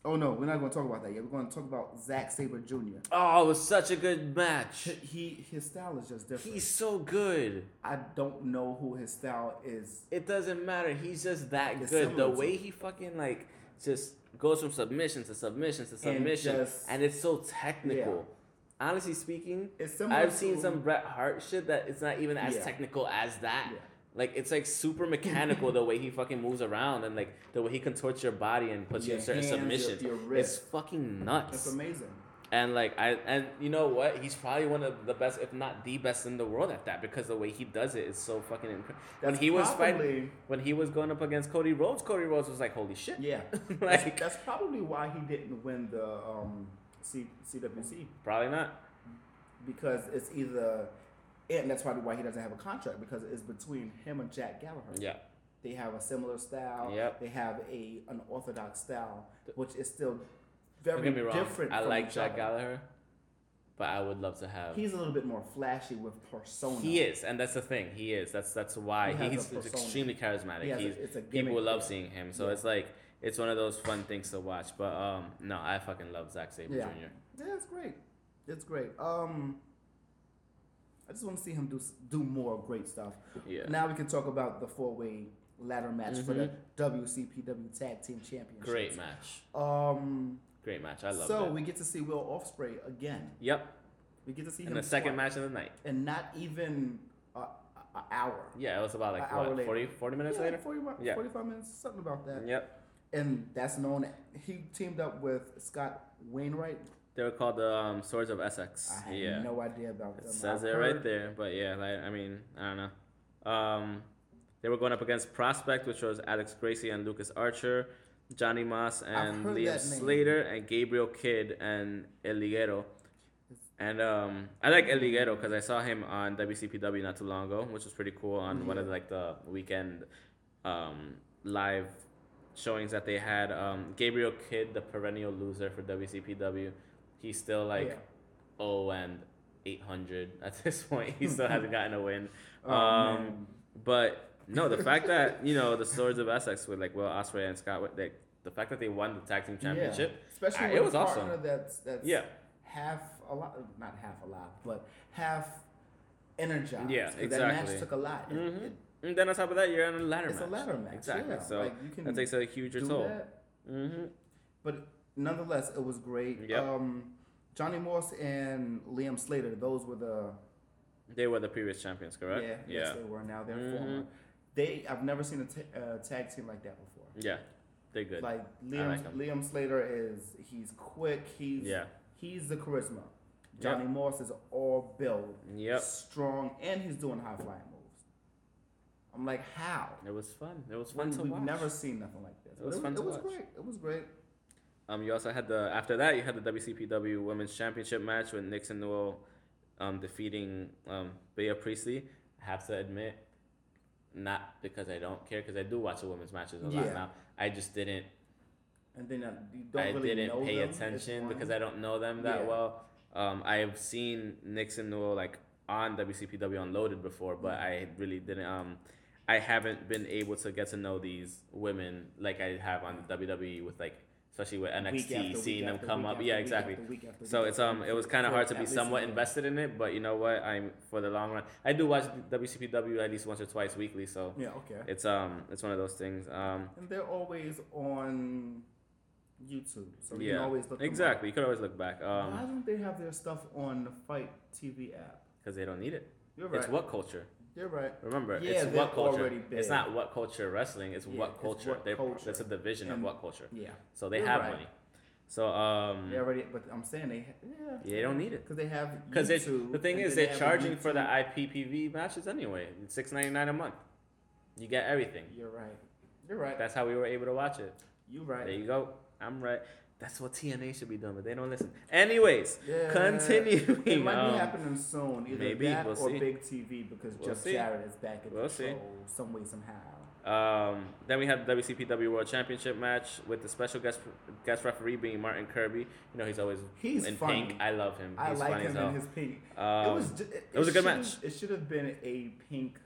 Speaker 2: Oh no, we're not gonna talk about that yet. We're gonna talk about Zack Saber Jr.
Speaker 1: Oh, it was such a good match.
Speaker 2: He his style is just different.
Speaker 1: He's so good.
Speaker 2: I don't know who his style is.
Speaker 1: It doesn't matter. He's just that
Speaker 2: It's
Speaker 1: good. The
Speaker 2: similar to-
Speaker 1: way he fucking like just goes from submission to submission to submission, and,
Speaker 2: just-
Speaker 1: it's so technical. Honestly speaking,
Speaker 2: It's similar.
Speaker 1: I've seen
Speaker 2: to-
Speaker 1: some Bret Hart shit that it's not even as
Speaker 2: Yeah.
Speaker 1: technical as that.
Speaker 2: Yeah.
Speaker 1: Like it's like super mechanical the way he fucking moves around and like the way he contorts your body and puts you in
Speaker 2: Your
Speaker 1: certain
Speaker 2: hands, your-
Speaker 1: submissions.
Speaker 2: your
Speaker 1: it's
Speaker 2: wrist.
Speaker 1: fucking nuts.
Speaker 2: It's amazing.
Speaker 1: And like I and you know what? He's probably one of the best, if not the best in the world at that, because the way he does it is so fucking incredible. When
Speaker 2: That's
Speaker 1: he was
Speaker 2: probably-
Speaker 1: fighting, when he was going up against Cody Rhodes, Cody Rhodes was like, "Holy shit!"
Speaker 2: Yeah,
Speaker 1: Like-
Speaker 2: that's, that's probably why he didn't win the um, C, CWC
Speaker 1: Probably not.
Speaker 2: because it's either, and that's probably why he doesn't have a contract because it's between him and Jack Gallagher.
Speaker 1: Yeah,
Speaker 2: They have a similar style.
Speaker 1: Yep.
Speaker 2: They have a an orthodox style, which is still very
Speaker 1: don't get me wrong.
Speaker 2: different.
Speaker 1: I
Speaker 2: from
Speaker 1: like
Speaker 2: each
Speaker 1: Jack
Speaker 2: other.
Speaker 1: Gallagher, but I would love to have.
Speaker 2: He's a little bit more flashy with persona.
Speaker 1: he is, and that's the thing. He is. That's that's why
Speaker 2: He has a
Speaker 1: he's
Speaker 2: persona.
Speaker 1: extremely charismatic.
Speaker 2: He has a-
Speaker 1: he's
Speaker 2: it's a gimmick,
Speaker 1: people love
Speaker 2: yeah.
Speaker 1: seeing him, so
Speaker 2: Yeah.
Speaker 1: it's like it's one of those fun things to watch. But um, no, I fucking love Zack Sabre
Speaker 2: Yeah.
Speaker 1: Jr.
Speaker 2: Yeah, it's great. It's great. Um, I just want to see him do s- do more great stuff.
Speaker 1: Yeah. Mm-hmm.
Speaker 2: Now we can talk about the four way ladder match for the WCPW Tag Team Championship.
Speaker 1: Great match.
Speaker 2: Um,
Speaker 1: Great match. I love
Speaker 2: so
Speaker 1: it.
Speaker 2: we get to see Will Osprey again.
Speaker 1: yep.
Speaker 2: We get to see
Speaker 1: And
Speaker 2: him
Speaker 1: the second
Speaker 2: twice.
Speaker 1: match of the night.
Speaker 2: and not even a, a- a hour.
Speaker 1: Yeah, it was about like
Speaker 2: An hour
Speaker 1: what,
Speaker 2: later.
Speaker 1: 40, 40 minutes
Speaker 2: Yeah,
Speaker 1: later?
Speaker 2: 40 mi-
Speaker 1: Yeah.
Speaker 2: 45 minutes, something about that.
Speaker 1: Yep.
Speaker 2: And that's known. He teamed up with Scott Wainwright.
Speaker 1: They were called the um, Swords of Essex.
Speaker 2: I had
Speaker 1: yeah.
Speaker 2: no idea about them.
Speaker 1: it says
Speaker 2: I've
Speaker 1: it right
Speaker 2: heard-
Speaker 1: there. But yeah, like, I mean, I don't know. Um, they were going up against Prospect, which was Alex Gracie and Lucas Archer, Johnny Moss and
Speaker 2: heard
Speaker 1: Liam
Speaker 2: that name.
Speaker 1: Slater, and Gabriel Kidd and El Ligero. And um, I like El Ligero because I saw him on WCPW not too long ago, which was pretty cool on one of the, like the weekend um, live showings that they had. Um, Gabriel Kidd, the perennial loser for WCPW, he's still like
Speaker 2: Yeah.
Speaker 1: oh and 800 at this point. He still hasn't gotten a win.
Speaker 2: Oh,
Speaker 1: um,
Speaker 2: man.
Speaker 1: but no, the fact that you know the Swords of Essex with like Will Osprey and Scott, Wa- like the fact that they won the tag team championship,
Speaker 2: Especially
Speaker 1: I-
Speaker 2: with
Speaker 1: it was
Speaker 2: a
Speaker 1: awesome.
Speaker 2: partner that's that's
Speaker 1: Yeah.
Speaker 2: half a lot, not half a lot, but half energized.
Speaker 1: Yeah,
Speaker 2: 'Cause That
Speaker 1: exactly.
Speaker 2: match took a lot. It-
Speaker 1: Mhm.
Speaker 2: it-
Speaker 1: and then on top of that, you're on a ladder
Speaker 2: it's
Speaker 1: match.
Speaker 2: a ladder match.
Speaker 1: Exactly.
Speaker 2: yeah.
Speaker 1: So
Speaker 2: like you can
Speaker 1: that takes a huge
Speaker 2: do
Speaker 1: toll.
Speaker 2: that.
Speaker 1: Mm-hmm.
Speaker 2: But nonetheless, it was great.
Speaker 1: Yep.
Speaker 2: Um, Johnny Morse and Liam Slater, those were the
Speaker 1: They were the previous champions, correct?
Speaker 2: yeah, yes they were. Now they're former.
Speaker 1: Mhm.
Speaker 2: They I've never seen a ta- uh, tag team like that before.
Speaker 1: Yeah. They're good.
Speaker 2: Like
Speaker 1: I
Speaker 2: Liam
Speaker 1: like 'em.
Speaker 2: Liam Slater is he's quick. He's
Speaker 1: yeah.
Speaker 2: he's the charisma. Johnny
Speaker 1: Yep.
Speaker 2: Morse is all build,
Speaker 1: Yep.
Speaker 2: strong, and he's doing high flying moves. I'm like, how?
Speaker 1: It was fun. It was fun
Speaker 2: When
Speaker 1: to
Speaker 2: we've
Speaker 1: watch.
Speaker 2: never seen nothing like this.
Speaker 1: It was
Speaker 2: But
Speaker 1: fun
Speaker 2: it,
Speaker 1: to
Speaker 2: was
Speaker 1: watch.
Speaker 2: great. It was great.
Speaker 1: Um, you also had the after that you had the WCPW Women's Championship match with Nixon Newell, um, defeating um Bea Priestley. I have to admit, not because I don't care, because I do watch the women's matches a
Speaker 2: Yeah.
Speaker 1: lot now. I just didn't.
Speaker 2: And then uh, you don't
Speaker 1: I
Speaker 2: really know
Speaker 1: didn't pay
Speaker 2: them. It's
Speaker 1: attention because
Speaker 2: fine.
Speaker 1: I don't know them that
Speaker 2: Yeah.
Speaker 1: well. Um, I've seen Nixon Newell like on WCPW Unloaded before, but
Speaker 2: Mm.
Speaker 1: I really didn't. Um, I haven't been able to get to know these women like I have on the WWE with like, especially with
Speaker 2: Week after
Speaker 1: NXT,
Speaker 2: week
Speaker 1: seeing them
Speaker 2: after
Speaker 1: come
Speaker 2: week
Speaker 1: up.
Speaker 2: after
Speaker 1: Yeah,
Speaker 2: week
Speaker 1: exactly.
Speaker 2: after week after
Speaker 1: So
Speaker 2: week
Speaker 1: it's
Speaker 2: after
Speaker 1: um,
Speaker 2: week
Speaker 1: it was kind of
Speaker 2: for
Speaker 1: hard to
Speaker 2: at
Speaker 1: be
Speaker 2: least a
Speaker 1: somewhat
Speaker 2: year.
Speaker 1: invested in it, but you know what? I'm for the long run. I do watch WCPW at least once or twice weekly, so
Speaker 2: Yeah. Okay.
Speaker 1: it's um, it's one of those things. Um,
Speaker 2: And they're always on YouTube, so you can
Speaker 1: yeah,
Speaker 2: always look. them up.
Speaker 1: exactly. You could always look back
Speaker 2: Why
Speaker 1: um,
Speaker 2: don't they have their stuff on the Fight TV app?
Speaker 1: because they don't need it.
Speaker 2: You're right.
Speaker 1: It's what culture.
Speaker 2: You're right.
Speaker 1: Remember,
Speaker 2: Yeah,
Speaker 1: it's
Speaker 2: they're
Speaker 1: what
Speaker 2: already
Speaker 1: culture.
Speaker 2: big.
Speaker 1: It's not what culture wrestling. It's
Speaker 2: Yeah,
Speaker 1: what
Speaker 2: it's
Speaker 1: culture.
Speaker 2: what
Speaker 1: They're,
Speaker 2: culture.
Speaker 1: It's a division
Speaker 2: And-
Speaker 1: of what culture.
Speaker 2: Yeah.
Speaker 1: So they
Speaker 2: you're
Speaker 1: have
Speaker 2: right.
Speaker 1: money. So um,
Speaker 2: They already, but I'm saying they, yeah,
Speaker 1: they don't need it.
Speaker 2: because they have
Speaker 1: Because
Speaker 2: YouTube,
Speaker 1: the thing
Speaker 2: and
Speaker 1: is,
Speaker 2: then
Speaker 1: they're
Speaker 2: they have a
Speaker 1: charging for the
Speaker 2: YouTube.
Speaker 1: IPPV matches anyway. It's six ninety nine a month. You get everything.
Speaker 2: You're right. You're right.
Speaker 1: That's how we were able to watch it.
Speaker 2: You're
Speaker 1: There
Speaker 2: right.
Speaker 1: you go. I'm right. That's what TNA should be doing, but they don't listen. Anyways,
Speaker 2: Yeah.
Speaker 1: continuing.
Speaker 2: It might
Speaker 1: um,
Speaker 2: be happening soon. Either
Speaker 1: maybe,
Speaker 2: that
Speaker 1: we'll
Speaker 2: or
Speaker 1: see.
Speaker 2: big TV because
Speaker 1: We'll
Speaker 2: Jeff
Speaker 1: see.
Speaker 2: Jarrett is back in
Speaker 1: We'll see.
Speaker 2: control some way somehow.
Speaker 1: Um, then we had the WCPW World Championship match with the special guest guest referee being Martin Kirby. You know he's always
Speaker 2: He's
Speaker 1: in
Speaker 2: funny.
Speaker 1: pink. I love him.
Speaker 2: I
Speaker 1: he's
Speaker 2: like
Speaker 1: funny
Speaker 2: him
Speaker 1: as hell.
Speaker 2: in his pink.
Speaker 1: Um,
Speaker 2: it was. ju- It,
Speaker 1: it was a good
Speaker 2: should've-
Speaker 1: match.
Speaker 2: It should have been a pink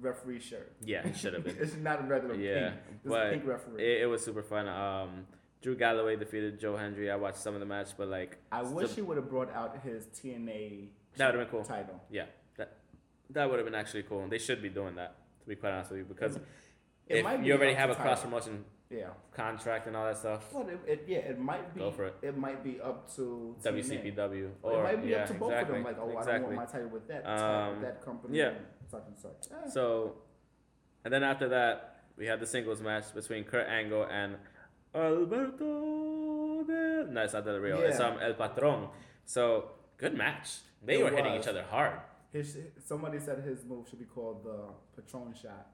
Speaker 2: referee shirt.
Speaker 1: yeah, he should have been.
Speaker 2: it's not a regular
Speaker 1: Yeah,
Speaker 2: pink. It's
Speaker 1: but
Speaker 2: a pink referee.
Speaker 1: it, it was super fun. Um, Drew Galloway defeated Joe Hendry. I watched some of the match, but like
Speaker 2: I
Speaker 1: still-
Speaker 2: wish he would have brought out his TNA.
Speaker 1: That would've been cool.
Speaker 2: Title.
Speaker 1: yeah, that that would have been actually cool. And they should be doing that to be quite honest with you, because
Speaker 2: It
Speaker 1: if
Speaker 2: might be
Speaker 1: you already
Speaker 2: off
Speaker 1: have
Speaker 2: the
Speaker 1: a cross
Speaker 2: title.
Speaker 1: promotion
Speaker 2: Yeah.
Speaker 1: contract and all that stuff,
Speaker 2: Well, it, it, yeah, it might be.
Speaker 1: Go for it.
Speaker 2: might be up to TNA.
Speaker 1: WCPW
Speaker 2: Or,
Speaker 1: or
Speaker 2: it might be
Speaker 1: yeah,
Speaker 2: up to both
Speaker 1: exactly,
Speaker 2: of them. Like, oh, I don't
Speaker 1: exactly.
Speaker 2: want my title with that type,
Speaker 1: Um,
Speaker 2: that company.
Speaker 1: yeah.
Speaker 2: and Such and such. Eh,
Speaker 1: So, and then after that, we had the singles match between Kurt Angle and Alberto. Del... No, it's not Del Rio. It's
Speaker 2: Yeah.
Speaker 1: um El Patron. So good match. They
Speaker 2: It
Speaker 1: were hitting
Speaker 2: was.
Speaker 1: each other hard.
Speaker 2: his, somebody said his move should be called the Patron shot.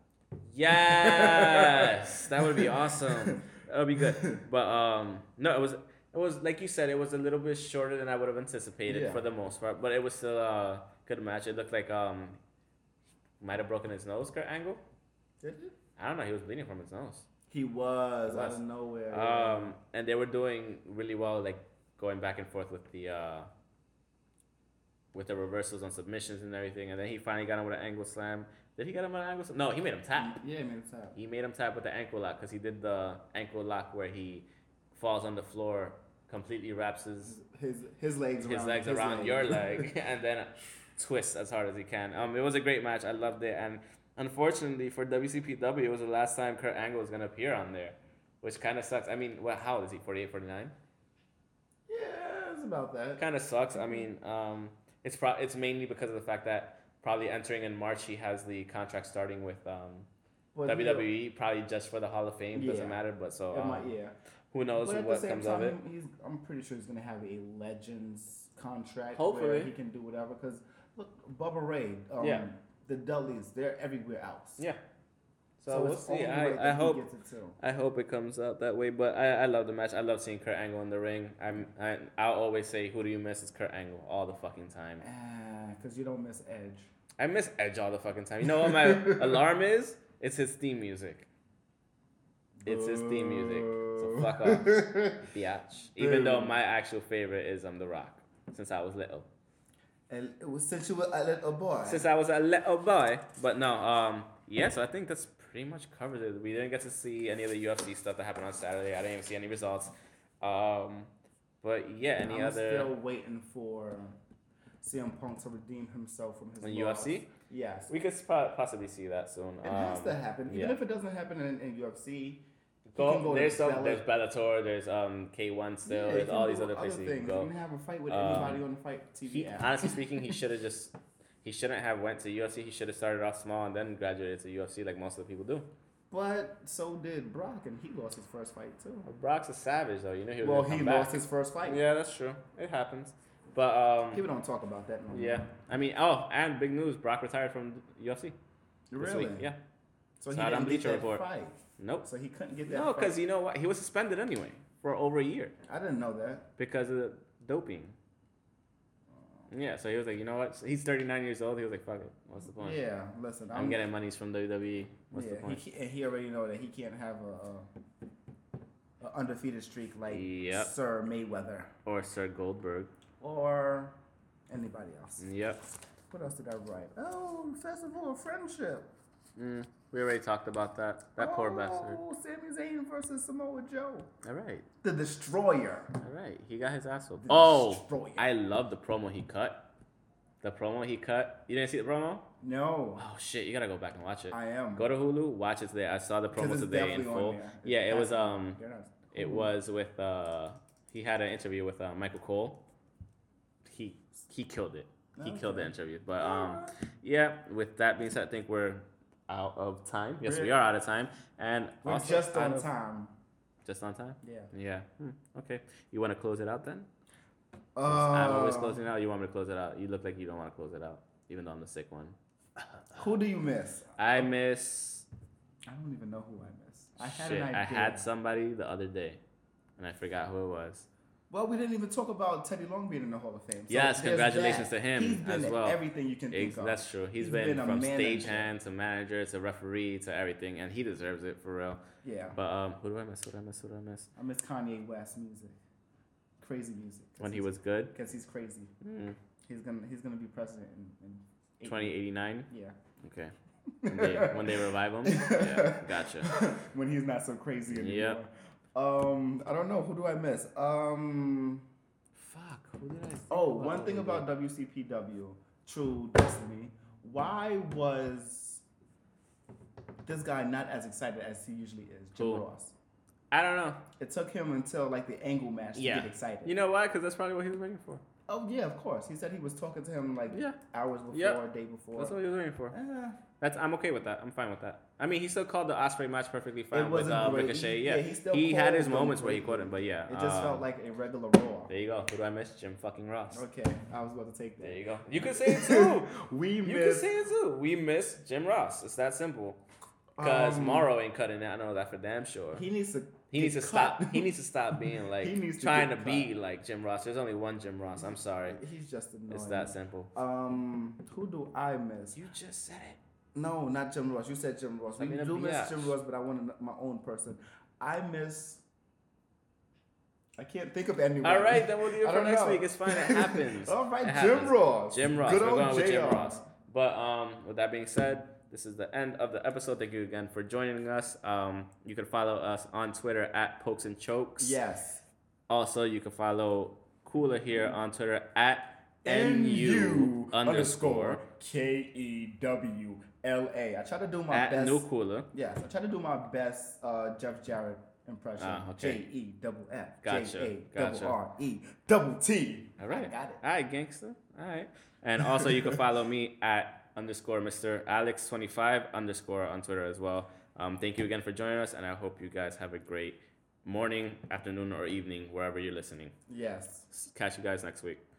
Speaker 1: Yes, that would be awesome. That would be good. But um, no, it was it was like you said, it was a little bit shorter than I would have anticipated
Speaker 2: Yeah.
Speaker 1: for the most part. But it was still a good match. It looked like um, might have broken his nose, Kurt Angle.
Speaker 2: Did it?
Speaker 1: I don't know. He was bleeding from his nose.
Speaker 2: He was,
Speaker 1: He
Speaker 2: out
Speaker 1: was.
Speaker 2: of nowhere.
Speaker 1: Um, and they were doing really well, like going back and forth with the uh, with the reversals on submissions and everything. And then he finally got him with an angle slam. Did he get him with an angle slam? No, he made him tap.
Speaker 2: yeah, man, it's out.
Speaker 1: He made him tap with the ankle lock because he did the ankle lock where he falls on the floor, completely wraps his
Speaker 2: His his legs
Speaker 1: his
Speaker 2: around
Speaker 1: legs
Speaker 2: his
Speaker 1: around
Speaker 2: leg.
Speaker 1: your leg and then uh, twist as hard as he can. Um, it was a great match. I loved it. And unfortunately for WCPW, it was the last time Kurt Angle was going to appear on there, which kind of sucks. I mean, well, how old is he? 48, 49?
Speaker 2: yeah, it's about that.
Speaker 1: Kind of sucks. I mean, um, it's pro- it's mainly because of the fact that probably entering in March, he has the contract starting with um,
Speaker 2: But he-
Speaker 1: WWE, probably just for the Hall of Fame.
Speaker 2: Yeah.
Speaker 1: Doesn't matter, but so
Speaker 2: It
Speaker 1: um,
Speaker 2: might, yeah.
Speaker 1: who knows
Speaker 2: But at
Speaker 1: what
Speaker 2: the same
Speaker 1: comes
Speaker 2: time,
Speaker 1: of it.
Speaker 2: he's, I'm pretty sure he's gonna have a Legends contract. where
Speaker 1: Hopefully.
Speaker 2: he can do whatever. Because look, Bubba Ray, um,
Speaker 1: Yeah.
Speaker 2: the Dudleys, they're everywhere else.
Speaker 1: Yeah. So, we'll
Speaker 2: it's
Speaker 1: see.
Speaker 2: only right
Speaker 1: I, I
Speaker 2: that he
Speaker 1: hope
Speaker 2: gets it too.
Speaker 1: I hope it comes out that way, but I, I love the match. I love seeing Kurt Angle in the ring. I'm I, I'll always say, who do you miss? It's Kurt Angle all the fucking time.
Speaker 2: Because Ah, you don't miss Edge.
Speaker 1: I miss Edge all the fucking time. You know what my alarm is? It's his theme music. It's his theme music. So fuck off,
Speaker 2: off.
Speaker 1: biatch. Even though
Speaker 2: Boo.
Speaker 1: my actual favorite is um The Rock since I was little.
Speaker 2: and it was since you were a little boy.
Speaker 1: Since I was a little boy, but no, um, Yeah, so I think that's pretty much covers it. We didn't get to see any of the UFC stuff that happened on Saturday. I didn't even see any results. Um, but yeah, any
Speaker 2: I'm
Speaker 1: other
Speaker 2: still waiting for CM Punk to redeem himself from his
Speaker 1: on
Speaker 2: loss.
Speaker 1: UFC?
Speaker 2: Yes,
Speaker 1: We could spo- possibly see that soon.
Speaker 2: it has
Speaker 1: Um,
Speaker 2: to happen. Even
Speaker 1: yeah.
Speaker 2: if it doesn't happen in, in UFC,
Speaker 1: Go-
Speaker 2: you can go to
Speaker 1: there's some.
Speaker 2: Bellator.
Speaker 1: There's Bellator. There's um K1
Speaker 2: yeah,
Speaker 1: still.
Speaker 2: you
Speaker 1: there's
Speaker 2: can
Speaker 1: all
Speaker 2: do
Speaker 1: these other places you can
Speaker 2: things.
Speaker 1: go.
Speaker 2: You can have a fight with
Speaker 1: Um,
Speaker 2: anybody on the fight TV
Speaker 1: He,
Speaker 2: app.
Speaker 1: honestly speaking, he should have just he shouldn't have went to UFC. He should have started off small and then graduated to UFC like most of the people do.
Speaker 2: But so did Brock, and he lost his first fight too.
Speaker 1: But Brock's a savage though. You know he was
Speaker 2: Well,
Speaker 1: gonna
Speaker 2: he
Speaker 1: come back.
Speaker 2: lost his first fight.
Speaker 1: Yeah, that's true. It happens. But um,
Speaker 2: People don't talk about that no more.
Speaker 1: yeah, I mean, oh, and big news: Brock retired from UFC this
Speaker 2: really.
Speaker 1: week. Yeah,
Speaker 2: So
Speaker 1: It's
Speaker 2: he
Speaker 1: not
Speaker 2: didn't
Speaker 1: on
Speaker 2: get
Speaker 1: Bleacher
Speaker 2: that
Speaker 1: Report.
Speaker 2: fight.
Speaker 1: nope.
Speaker 2: So he couldn't get that.
Speaker 1: No, because
Speaker 2: fight.
Speaker 1: you know what? He was suspended anyway for over a year
Speaker 2: I didn't know that.
Speaker 1: because of the doping. Yeah, so he was like, you know what? He's 39 years old. He was like, fuck it. What's the point?
Speaker 2: Yeah, listen,
Speaker 1: I'm, getting monies from WWE. What's
Speaker 2: yeah,
Speaker 1: the point?
Speaker 2: He, ca- and he already know that he can't have a, a, a undefeated streak like
Speaker 1: Yep.
Speaker 2: Sir Mayweather
Speaker 1: Or Sir Goldberg.
Speaker 2: or anybody else.
Speaker 1: Yep.
Speaker 2: What else did I write? Oh, Festival of Friendship.
Speaker 1: Mm, we already talked about that. That
Speaker 2: oh,
Speaker 1: poor bastard.
Speaker 2: Sami Zayn versus Samoa Joe.
Speaker 1: All right.
Speaker 2: The Destroyer.
Speaker 1: All right. He got his ass whooped.
Speaker 2: The
Speaker 1: Oh,
Speaker 2: Destroyer.
Speaker 1: I love the promo he cut. The promo he cut. You didn't see the promo?
Speaker 2: No,
Speaker 1: Oh, shit. You got to go back and watch it.
Speaker 2: I am.
Speaker 1: Go to Hulu. Watch it today. I saw the
Speaker 2: 'Cause
Speaker 1: promo
Speaker 2: it's
Speaker 1: today in
Speaker 2: definitely on
Speaker 1: full.
Speaker 2: there. It's
Speaker 1: Yeah, it was,
Speaker 2: definitely-
Speaker 1: um,
Speaker 2: they're not-
Speaker 1: It
Speaker 2: Ooh.
Speaker 1: was with uh he had an interview with uh, Michael Cole. He he killed it. He killed the
Speaker 2: Okay.
Speaker 1: interview. But um yeah, with that being said, I think we're out of time. Yes, we
Speaker 2: We're-
Speaker 1: are out of time. And
Speaker 2: We're
Speaker 1: also
Speaker 2: just
Speaker 1: out
Speaker 2: on
Speaker 1: of-
Speaker 2: time.
Speaker 1: Just on time?
Speaker 2: Yeah.
Speaker 1: Yeah. Hmm, Okay. You want to close it out then?
Speaker 2: Uh,
Speaker 1: I'm always closing it out. You want me to close it out? You look like you don't want to close it out, even though I'm the sick one.
Speaker 2: Who do you miss?
Speaker 1: I miss
Speaker 2: I don't even know who I missed. I had
Speaker 1: shit.
Speaker 2: an idea.
Speaker 1: I had somebody the other day, and I forgot who it was.
Speaker 2: Well, we didn't even talk about Teddy Long being in the Hall of Fame. So
Speaker 1: Yes,
Speaker 2: there's
Speaker 1: congratulations
Speaker 2: that.
Speaker 1: to him
Speaker 2: He's been
Speaker 1: as
Speaker 2: at
Speaker 1: well.
Speaker 2: everything you can think
Speaker 1: Ex-
Speaker 2: of.
Speaker 1: that's true. he's
Speaker 2: He's
Speaker 1: been,
Speaker 2: been a
Speaker 1: from
Speaker 2: manager.
Speaker 1: stagehand to manager to referee to everything, and he deserves it for real.
Speaker 2: yeah,
Speaker 1: But um, who do I miss? Who do I miss? Who do I miss?
Speaker 2: I miss Kanye West music, crazy music.
Speaker 1: When he was good,
Speaker 2: because he's crazy.
Speaker 1: mm,
Speaker 2: He's gonna he's gonna be president in, in eight-
Speaker 1: twenty eighty nine.
Speaker 2: Yeah,
Speaker 1: Okay. When they, when they revive him, yeah, gotcha.
Speaker 2: when he's not so crazy anymore.
Speaker 1: Yep.
Speaker 2: Um, I don't know. Who do I miss? Um.
Speaker 1: Fuck. Who did I? think
Speaker 2: Oh,
Speaker 1: about
Speaker 2: one thing
Speaker 1: the other
Speaker 2: about WCPW, True Destiny. Why was this guy not as excited as he usually is, Jim
Speaker 1: Who?
Speaker 2: Ross?
Speaker 1: day? I don't know.
Speaker 2: It took him until like the angle match to
Speaker 1: Yeah.
Speaker 2: get excited.
Speaker 1: You know why? Because that's probably what he was waiting for.
Speaker 2: oh yeah, of course. He said he was talking to him like
Speaker 1: Yeah.
Speaker 2: hours before,
Speaker 1: Yep.
Speaker 2: day before.
Speaker 1: That's what he was waiting for.
Speaker 2: Eh,
Speaker 1: That's I'm okay with that. I'm fine with that. I mean, he still called the Osprey match perfectly fine
Speaker 2: It
Speaker 1: with
Speaker 2: wasn't
Speaker 1: uh,
Speaker 2: great.
Speaker 1: Ricochet.
Speaker 2: Yeah,
Speaker 1: Yeah,
Speaker 2: he still
Speaker 1: he had
Speaker 2: called
Speaker 1: his
Speaker 2: them
Speaker 1: moments where he
Speaker 2: greatly.
Speaker 1: couldn't, but yeah,
Speaker 2: it just
Speaker 1: um,
Speaker 2: felt like Oh, a regular raw.
Speaker 1: There you go. Who do I miss? Jim fucking Ross.
Speaker 2: Okay, I was about to take
Speaker 1: There
Speaker 2: that.
Speaker 1: you go. You could say it too.
Speaker 2: We
Speaker 1: you could
Speaker 2: missed
Speaker 1: say it too. We miss Jim Ross. It's that simple. Cause
Speaker 2: Um,
Speaker 1: Morrow ain't cutting it. I know that for damn sure. He,
Speaker 2: he needs to
Speaker 1: needs to
Speaker 2: get cut.
Speaker 1: stop. He needs to stop being like
Speaker 2: He needs to
Speaker 1: trying to
Speaker 2: get
Speaker 1: be like Jim Ross. There's only one Jim Ross. I'm sorry.
Speaker 2: He's just annoying.
Speaker 1: It's that simple.
Speaker 2: Um, who do I miss?
Speaker 1: You just said it.
Speaker 2: No, not Jim Ross. You said Jim Ross. We
Speaker 1: mean, a
Speaker 2: do miss
Speaker 1: biatch.
Speaker 2: Jim Ross, but I want an- my own person. I miss. I can't think of anyone.
Speaker 1: All right, then we'll do it
Speaker 2: I
Speaker 1: for
Speaker 2: don't
Speaker 1: next
Speaker 2: know.
Speaker 1: week. It's fine. It happens.
Speaker 2: All right,
Speaker 1: It
Speaker 2: Jim Ross.
Speaker 1: Jim Ross.
Speaker 2: Good
Speaker 1: We're
Speaker 2: old
Speaker 1: going with Jim
Speaker 2: JR.
Speaker 1: Ross. But um, with that being said, this is the end of the episode. Thank you again for joining us. Um, you can follow us on Twitter at Pokes and Chokes.
Speaker 2: Yes.
Speaker 1: Also, you can follow Cooler here on Twitter at
Speaker 2: N-U
Speaker 1: nu underscore
Speaker 2: K E W L A. I try to do my
Speaker 1: at
Speaker 2: best.
Speaker 1: new cooler.
Speaker 2: Yes, I try to do my best uh, Jeff Jarrett impression.
Speaker 1: Ah, okay.
Speaker 2: J E double F.
Speaker 1: Gotcha,
Speaker 2: J A
Speaker 1: gotcha.
Speaker 2: double R E double T.
Speaker 1: All right.
Speaker 2: I got it.
Speaker 1: All right, gangster. All right. And also, you can follow me at underscore Mr. Alex25 underscore on Twitter as well. Um, thank you again for joining us, and I hope you guys have a great morning, afternoon, or evening, wherever you're listening.
Speaker 2: Yes.
Speaker 1: Catch you guys next week.